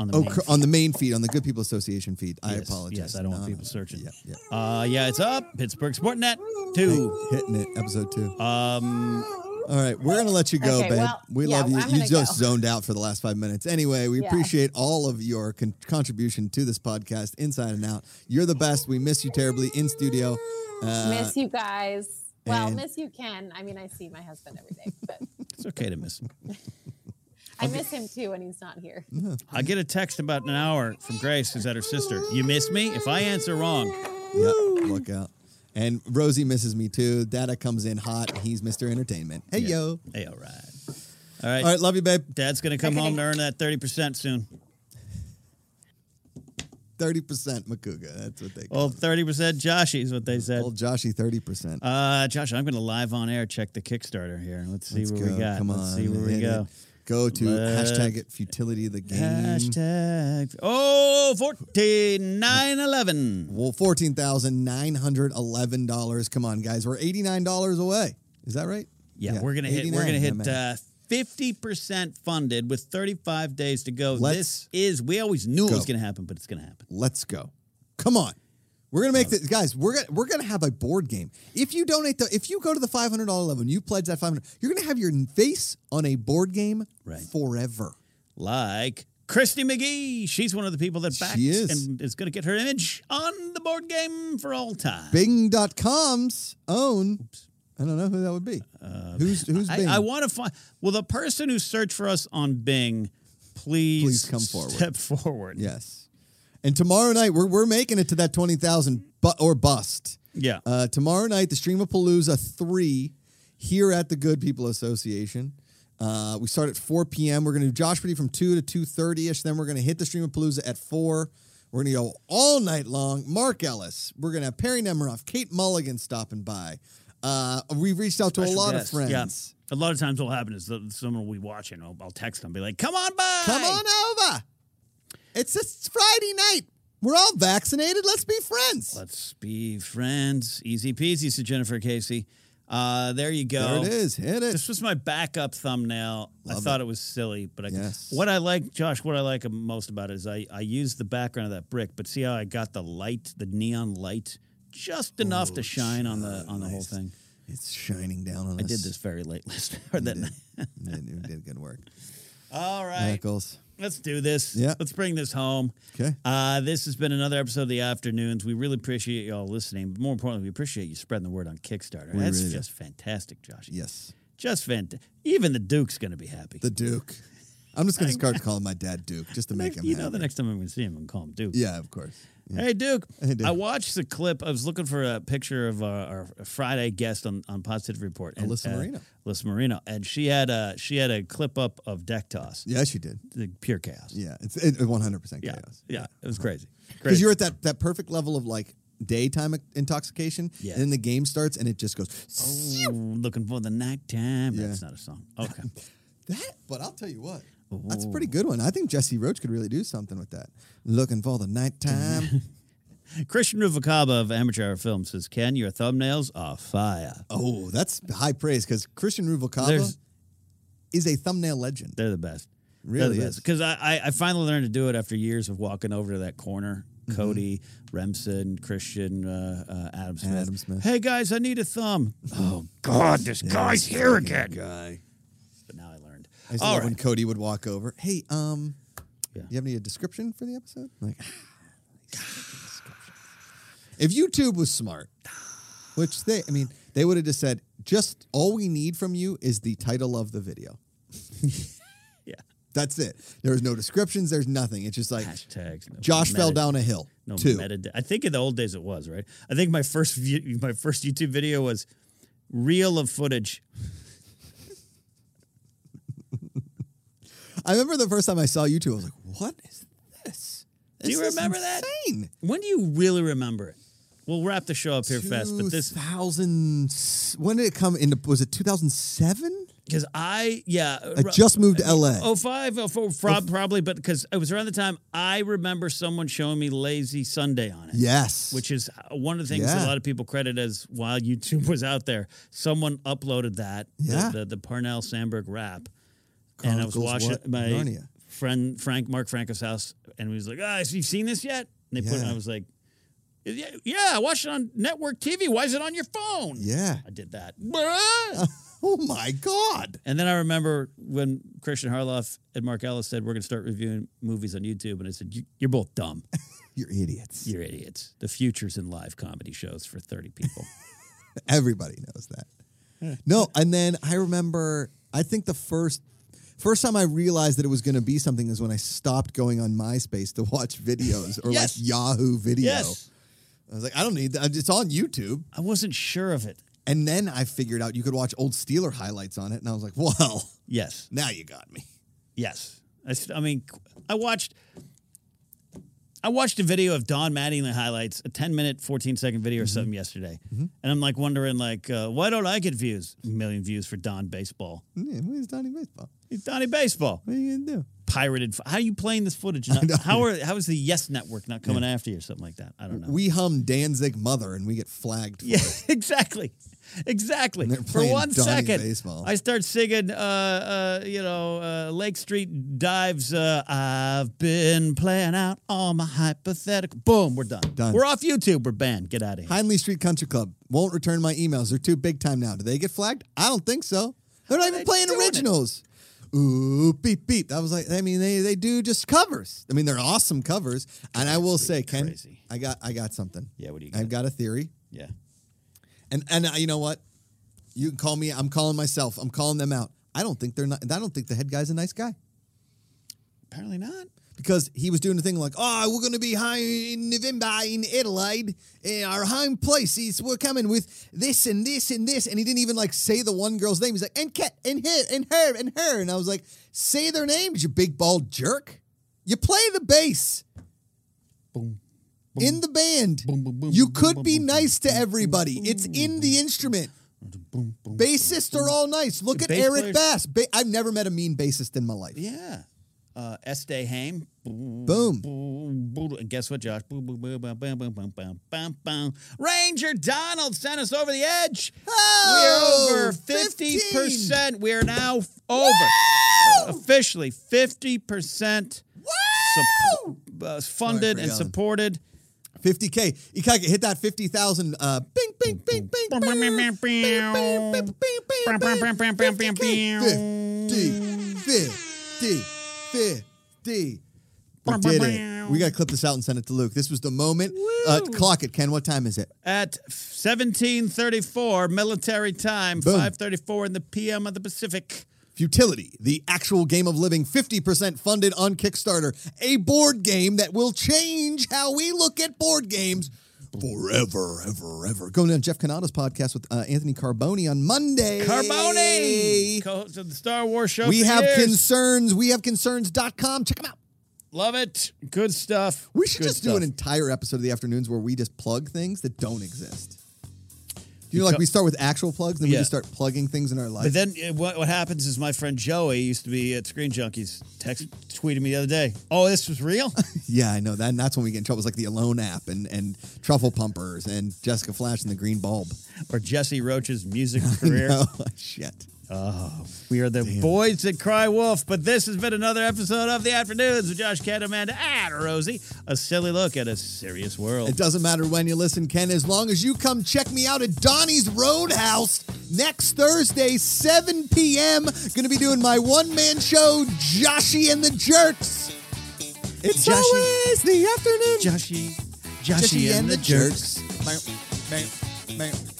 B: On the
A: Oh,
B: main
A: cr- on the main feed, on the Good People Association feed. I
B: Yes,
A: apologize.
B: Yes, I don't want
A: No,
B: people searching.
A: Yeah, yeah.
B: Uh, yeah, it's up. Pittsburgh Sportnet two.
A: Hitting it, episode two.
B: Um,
A: All right, we're gonna let you go,
D: Okay,
A: babe.
D: well,
A: we
D: yeah,
A: love you.
D: I'm
A: you
D: gonna
A: just
D: go.
A: zoned out for the last five minutes. Anyway, we
D: Yeah.
A: appreciate all of your con- contribution to this podcast, inside and out. You're the best. We miss you terribly in studio. Uh,
D: miss you guys. Well,
A: and-
D: miss you, Ken. I mean, I see my husband every day, but
B: it's okay to miss. him.
D: I miss him too when he's not here.
B: I get a text about an hour from Grace, who's at her sister. You miss me? If I answer wrong,
A: yeah, look out. And Rosie misses me too. Dada comes in hot. He's Mr. Entertainment. Hey
B: Yeah.
A: yo.
B: hey, all right, all right.
A: All right, love you, babe.
B: Dad's gonna come
D: Okay.
B: home to earn that thirty percent soon.
A: Thirty percent Makuga. That's what they call
B: Well, thirty percent Joshy is what they
A: it.
B: said.
A: old Joshy. Thirty percent.
B: Uh, Josh, I'm gonna live on air check the Kickstarter here. Let's see
A: Let's
B: where
A: go.
B: we got.
A: Come on.
B: Let's see where we
A: hit
B: go.
A: it. Go to
B: Let's-
A: hashtag it futility of the game.
B: Hashtag oh forty nine eleven.
A: Well, fourteen thousand nine hundred eleven dollars. Come on, guys, we're eighty nine dollars away. Is that right?
B: Yeah, we're gonna hit. We're
A: 89,
B: gonna
A: yeah,
B: hit.
A: man.
B: Uh, 50% funded with 35 days to go.
A: Let's
B: this is, we always knew it was
A: go.
B: going to happen, but it's going to happen.
A: Let's go. Come on, We're gonna make this, guys. We're gonna we're gonna have a board game. If you donate the, if you go to the five hundred dollar level, and you pledge that five hundred, you're gonna have your face on a board game
B: Right.
A: forever.
B: Like Christy McGee. She's one of the people that backed
A: She is.
B: and is going to get her image on the board game for all time.
A: Bing.com's own. I don't know who that would be. who's who's Bing?
B: Uh, I, I want to find. Will the person who searched for us on Bing, please,
A: Please come forward.
B: Step forward.
A: yes. And tomorrow night we're we're making it to that twenty thousand bu- or bust.
B: Yeah.
A: Uh, tomorrow night, the Stream of Palooza 3 here at the Good People Association. Uh, we start at 4 p.m. We're going to do Josh Pretty from 2 to 2.30ish. Then we're going to hit the Stream of Palooza at 4. We're going to go all night long. Mark Ellis. We're going to have Perry Nemiroff, Kate Mulligan stopping by. Uh, we've reached out to a
C: Special
A: lot
C: guest.
A: of friends.
B: yeah. A lot of times, what'll happen is that someone will be watching. I'll, I'll text them, be like, "Come on by,
A: Come on over. It's a Friday night. We're all vaccinated. Let's be friends.
B: Let's be friends. Easy peasy, said Jennifer Casey. Uh, there you go.
A: there it is. Hit it.
B: This was my backup thumbnail. I thought it. was silly, but I
A: Yes.
B: what I like, Josh, what I like most about it is I, I used the background of that brick, but see how I got the light, the neon light, just enough to shine on the on the whole
A: nice.
B: thing.
A: It's shining down on us.
B: I did this very late last or that night.
A: You did, Uh, you did good work.
B: All right.
A: Knuckles.
B: Let's do this.
A: Yeah.
B: Let's bring this home.
A: 'Kay.
B: Uh, this has been another episode of the afternoons. We really appreciate y'all listening. But more importantly, we appreciate you spreading the word on Kickstarter. That's
A: really do.
B: just fantastic, Josh.
A: Yes.
B: Just fantastic. Even the Duke's going to be happy.
A: The Duke. I'm just going to start calling my dad Duke just to make
B: Next-
A: him
B: you
A: happy.
B: know, the next time I'm going to see him, I'm going to call him Duke.
A: yeah, of course. Yeah.
B: Hey Duke.
A: Hey, Duke.
B: I watched the clip. I was looking for a picture of our, our Friday guest on, on Positive Report, and,
A: Alyssa
B: uh,
A: Marino.
B: Alyssa Marino, and she had a she had a clip up of deck toss,
A: Yeah, she did.
B: the pure chaos.
A: Yeah, it's it, 100%
B: yeah,
A: chaos.
B: yeah. It was crazy.
A: Because
B: Crazy.
A: you're at that, that perfect level of like daytime intoxication,
B: Yeah.
A: and then the game starts and it just goes.
B: Ooh, looking for the nighttime.
A: Yeah.
B: That's not a song. Okay.
A: That, but I'll tell you what, that's a
B: Oh.
A: pretty good one. I think Jesse Roach could really do something with that. Looking for the nighttime.
B: Christian Ruvacaba of Amateur Hour Film says, "Ken, your thumbnails are fire.
A: oh, that's high praise because Christian Ruvalcaba
B: There's-
A: is a thumbnail legend.
B: They're the best.
A: Really is.
B: because I, I I finally learned to do it after years of walking over to that corner.
A: Mm-hmm.
B: Cody Remsen, Christian, uh, uh, Adam Smith.
A: Adam Smith.
B: Hey guys, I need a thumb. Oh God, this guy's here again.
A: Guy.
B: But now I learned.
A: I used to
B: All
A: love
B: right.
A: when Cody would walk over. Hey, um,
B: Yeah.
A: you have any description for the episode? Like, if YouTube was smart, which they, I mean, they would have just said, just all we need from you is the title of the video.
B: yeah.
A: That's it. There's no descriptions. There's nothing. It's just like
B: Hashtags. no
A: Josh fell
B: meta-
A: down a hill.
B: No
A: too.
B: metadata. I think in the old days it was right. I think my first view, my first YouTube video was reel of footage.
A: I remember the first time I saw YouTube, I was like, what is this?
B: Do you
A: This is
B: remember that?
A: Insane.
B: When do you really remember it? We'll wrap the show up here fast, but this
A: 2000 when did it come into was it 2007
B: because I yeah
A: i just moved to la
B: Oh five, oh four, prob- probably, but because it was around the time I remember someone showing me Lazy Sunday on it.
A: yes
B: Which is uh, one of the things
A: Yeah.
B: a lot of people credit as while YouTube was out there, someone uploaded that the-
A: Yeah.
B: the, the, Parnell Sandberg rap, and I was
A: Chronicles
B: watching
A: what?
B: at my
A: Narnia.
B: friend Frank Mark Franco's house, and he was like, "Ah, so you've seen this yet?" And they put it, and
A: Yeah.
B: I was like, "Yeah, yeah, I watched it on network TV. Why is it on your phone?"
A: yeah
B: I did that. Bruh.
A: oh my god
B: And then I remember when Christian Harloff and Mark Ellis said, We're going to start reviewing movies on YouTube. And I said, "You- You're both dumb.
A: you're idiots
B: You're idiots. The future's in live comedy shows for 30 people.
A: everybody knows that no and then i remember i think the first first time i realized that it was going to be something is when i stopped going on myspace to watch videos or
B: Yes.
A: like yahoo video
B: yes.
A: i was like i don't need that it's on youtube
B: I wasn't sure of it.
A: and then i figured out you could watch old steeler highlights on it and i was like well
B: Yes.
A: now you got me
B: Yes. I, s- I mean, I watched. I watched a video of Don Mattingly highlights, a 10 minute, 14 second video or something yesterday. And I'm like wondering, like, uh, why don't I get views? A million views for Don Baseball.
A: yeah, he's Donnie baseball
B: He's Donnie Baseball.
A: What are you gonna do?
B: pirated. How are you playing this footage? Not-
A: know.
B: how are how is the Yes Network not coming after you or something like that? I don't know.
A: We hum Danzig Mother and we get flagged. For
B: yeah, exactly. exactly.
A: they're
B: For
A: playing
B: one
A: Donnie
B: second,
A: baseball.
B: I start singing, uh, uh, you know, uh, Lake Street Dives. Uh, I've been playing out all my hypothetical. Boom, we're done.
A: Done.
B: We're off YouTube. We're banned. Get out of here.
A: Hindley Street Country Club won't return my emails. They're too big time now. Do they get flagged? I don't think so. They're not even playing
B: doing it?
A: originals. Ooh, beep beep. That was like I mean they they do just covers. I mean they're awesome covers. And I will say, Ken,
B: crazy.
A: I got I got something.
B: Yeah, what do you
A: I've
B: got?
A: got a theory.
B: Yeah.
A: And and uh, you know what? You can call me. I'm calling myself. I'm calling them out. I don't think they're not. I don't think the head guy's a nice guy
B: Apparently not.
A: because he was doing the thing like, oh, we're going to be high in November in Adelaide, in our home places. We're coming with this and this and this. And he didn't even like say the one girl's name. He's like, and Kat, and her, and her, and her. And I was like, say their names, you big bald jerk. You play the bass
B: Boom.
A: in the band.
B: Boom, boom, boom,
A: you
B: boom,
A: could
B: boom,
A: be
B: boom,
A: nice to everybody. It's in the instrument.
B: Boom, boom.
A: Bassists are all nice. Look at
B: Bass
A: Eric
B: players-
A: Bass. Ba- I've never met a mean bassist in my life.
B: Yeah. Uh, Estee Haim.
A: Boom.
B: Boom, boom. And guess what, Josh? Boom, boom, boom, boom, boom, boom, boom, boom, boom, boom. Ranger Donald sent us over the edge.
A: Oh,
B: We're over
A: 15.
B: 50%. We are now f- over. Officially 50% sup- uh, funded
A: for
B: and
A: yelling.
B: supported.
A: 50k. Ikage, hit that 50,000. Uh, bing, bing, bing, bing, bing, bing, bing, bing, bing, bing, bing, bing, bing, 50K. 50, 50, 50. We did it. We got to clip this out and send it to Luke. This was the moment. Uh, clock it, Ken. What time is it?
B: At 1734 military time,
A: Boom.
B: 534 in the PM of the Pacific.
A: Futility, the actual game of living, 50% funded on Kickstarter, a board game that will change how we look at board games forever, ever, ever. Going on Jeff Canada's podcast with uh, Anthony Carboni on Monday.
B: Carboni, co-host of the Star Wars show.
A: We
B: for
A: have
B: years.
A: concerns. We have concerns.com. Check them out.
B: Love it. Good stuff.
A: We should
B: Good
A: just do
B: stuff.
A: an entire episode of the afternoons where we just plug things that don't exist. You know,
B: Because-
A: like we start with actual plugs, then we
B: Yeah.
A: just start plugging things in our
B: But
A: life.
B: then uh, what, what happens is my friend Joey used to be at Screen Junkies. Text tweeted me the other day. Oh, this was real.
A: yeah, I know that. And that's when we get in trouble. It's like the Alone app and, and Truffle Pumpers and Jessica Flash and the Green Bulb.
B: or Jesse Roach's music career.
A: Oh, shit.
B: We are the boys that cry wolf. But this has been another episode of the afternoons with Josh Cat, Amanda, and Rosie. A silly look at a serious world.
A: It doesn't matter when you listen, Ken, as long as you come check me out at Donnie's Roadhouse next Thursday, 7 p.m. Gonna be doing my one man show, Joshy and the Jerks. It's
B: Joshy.
A: always the afternoon.
B: Joshy, Joshy, and, the jerks.
A: Jerks. Bam, bam, bam.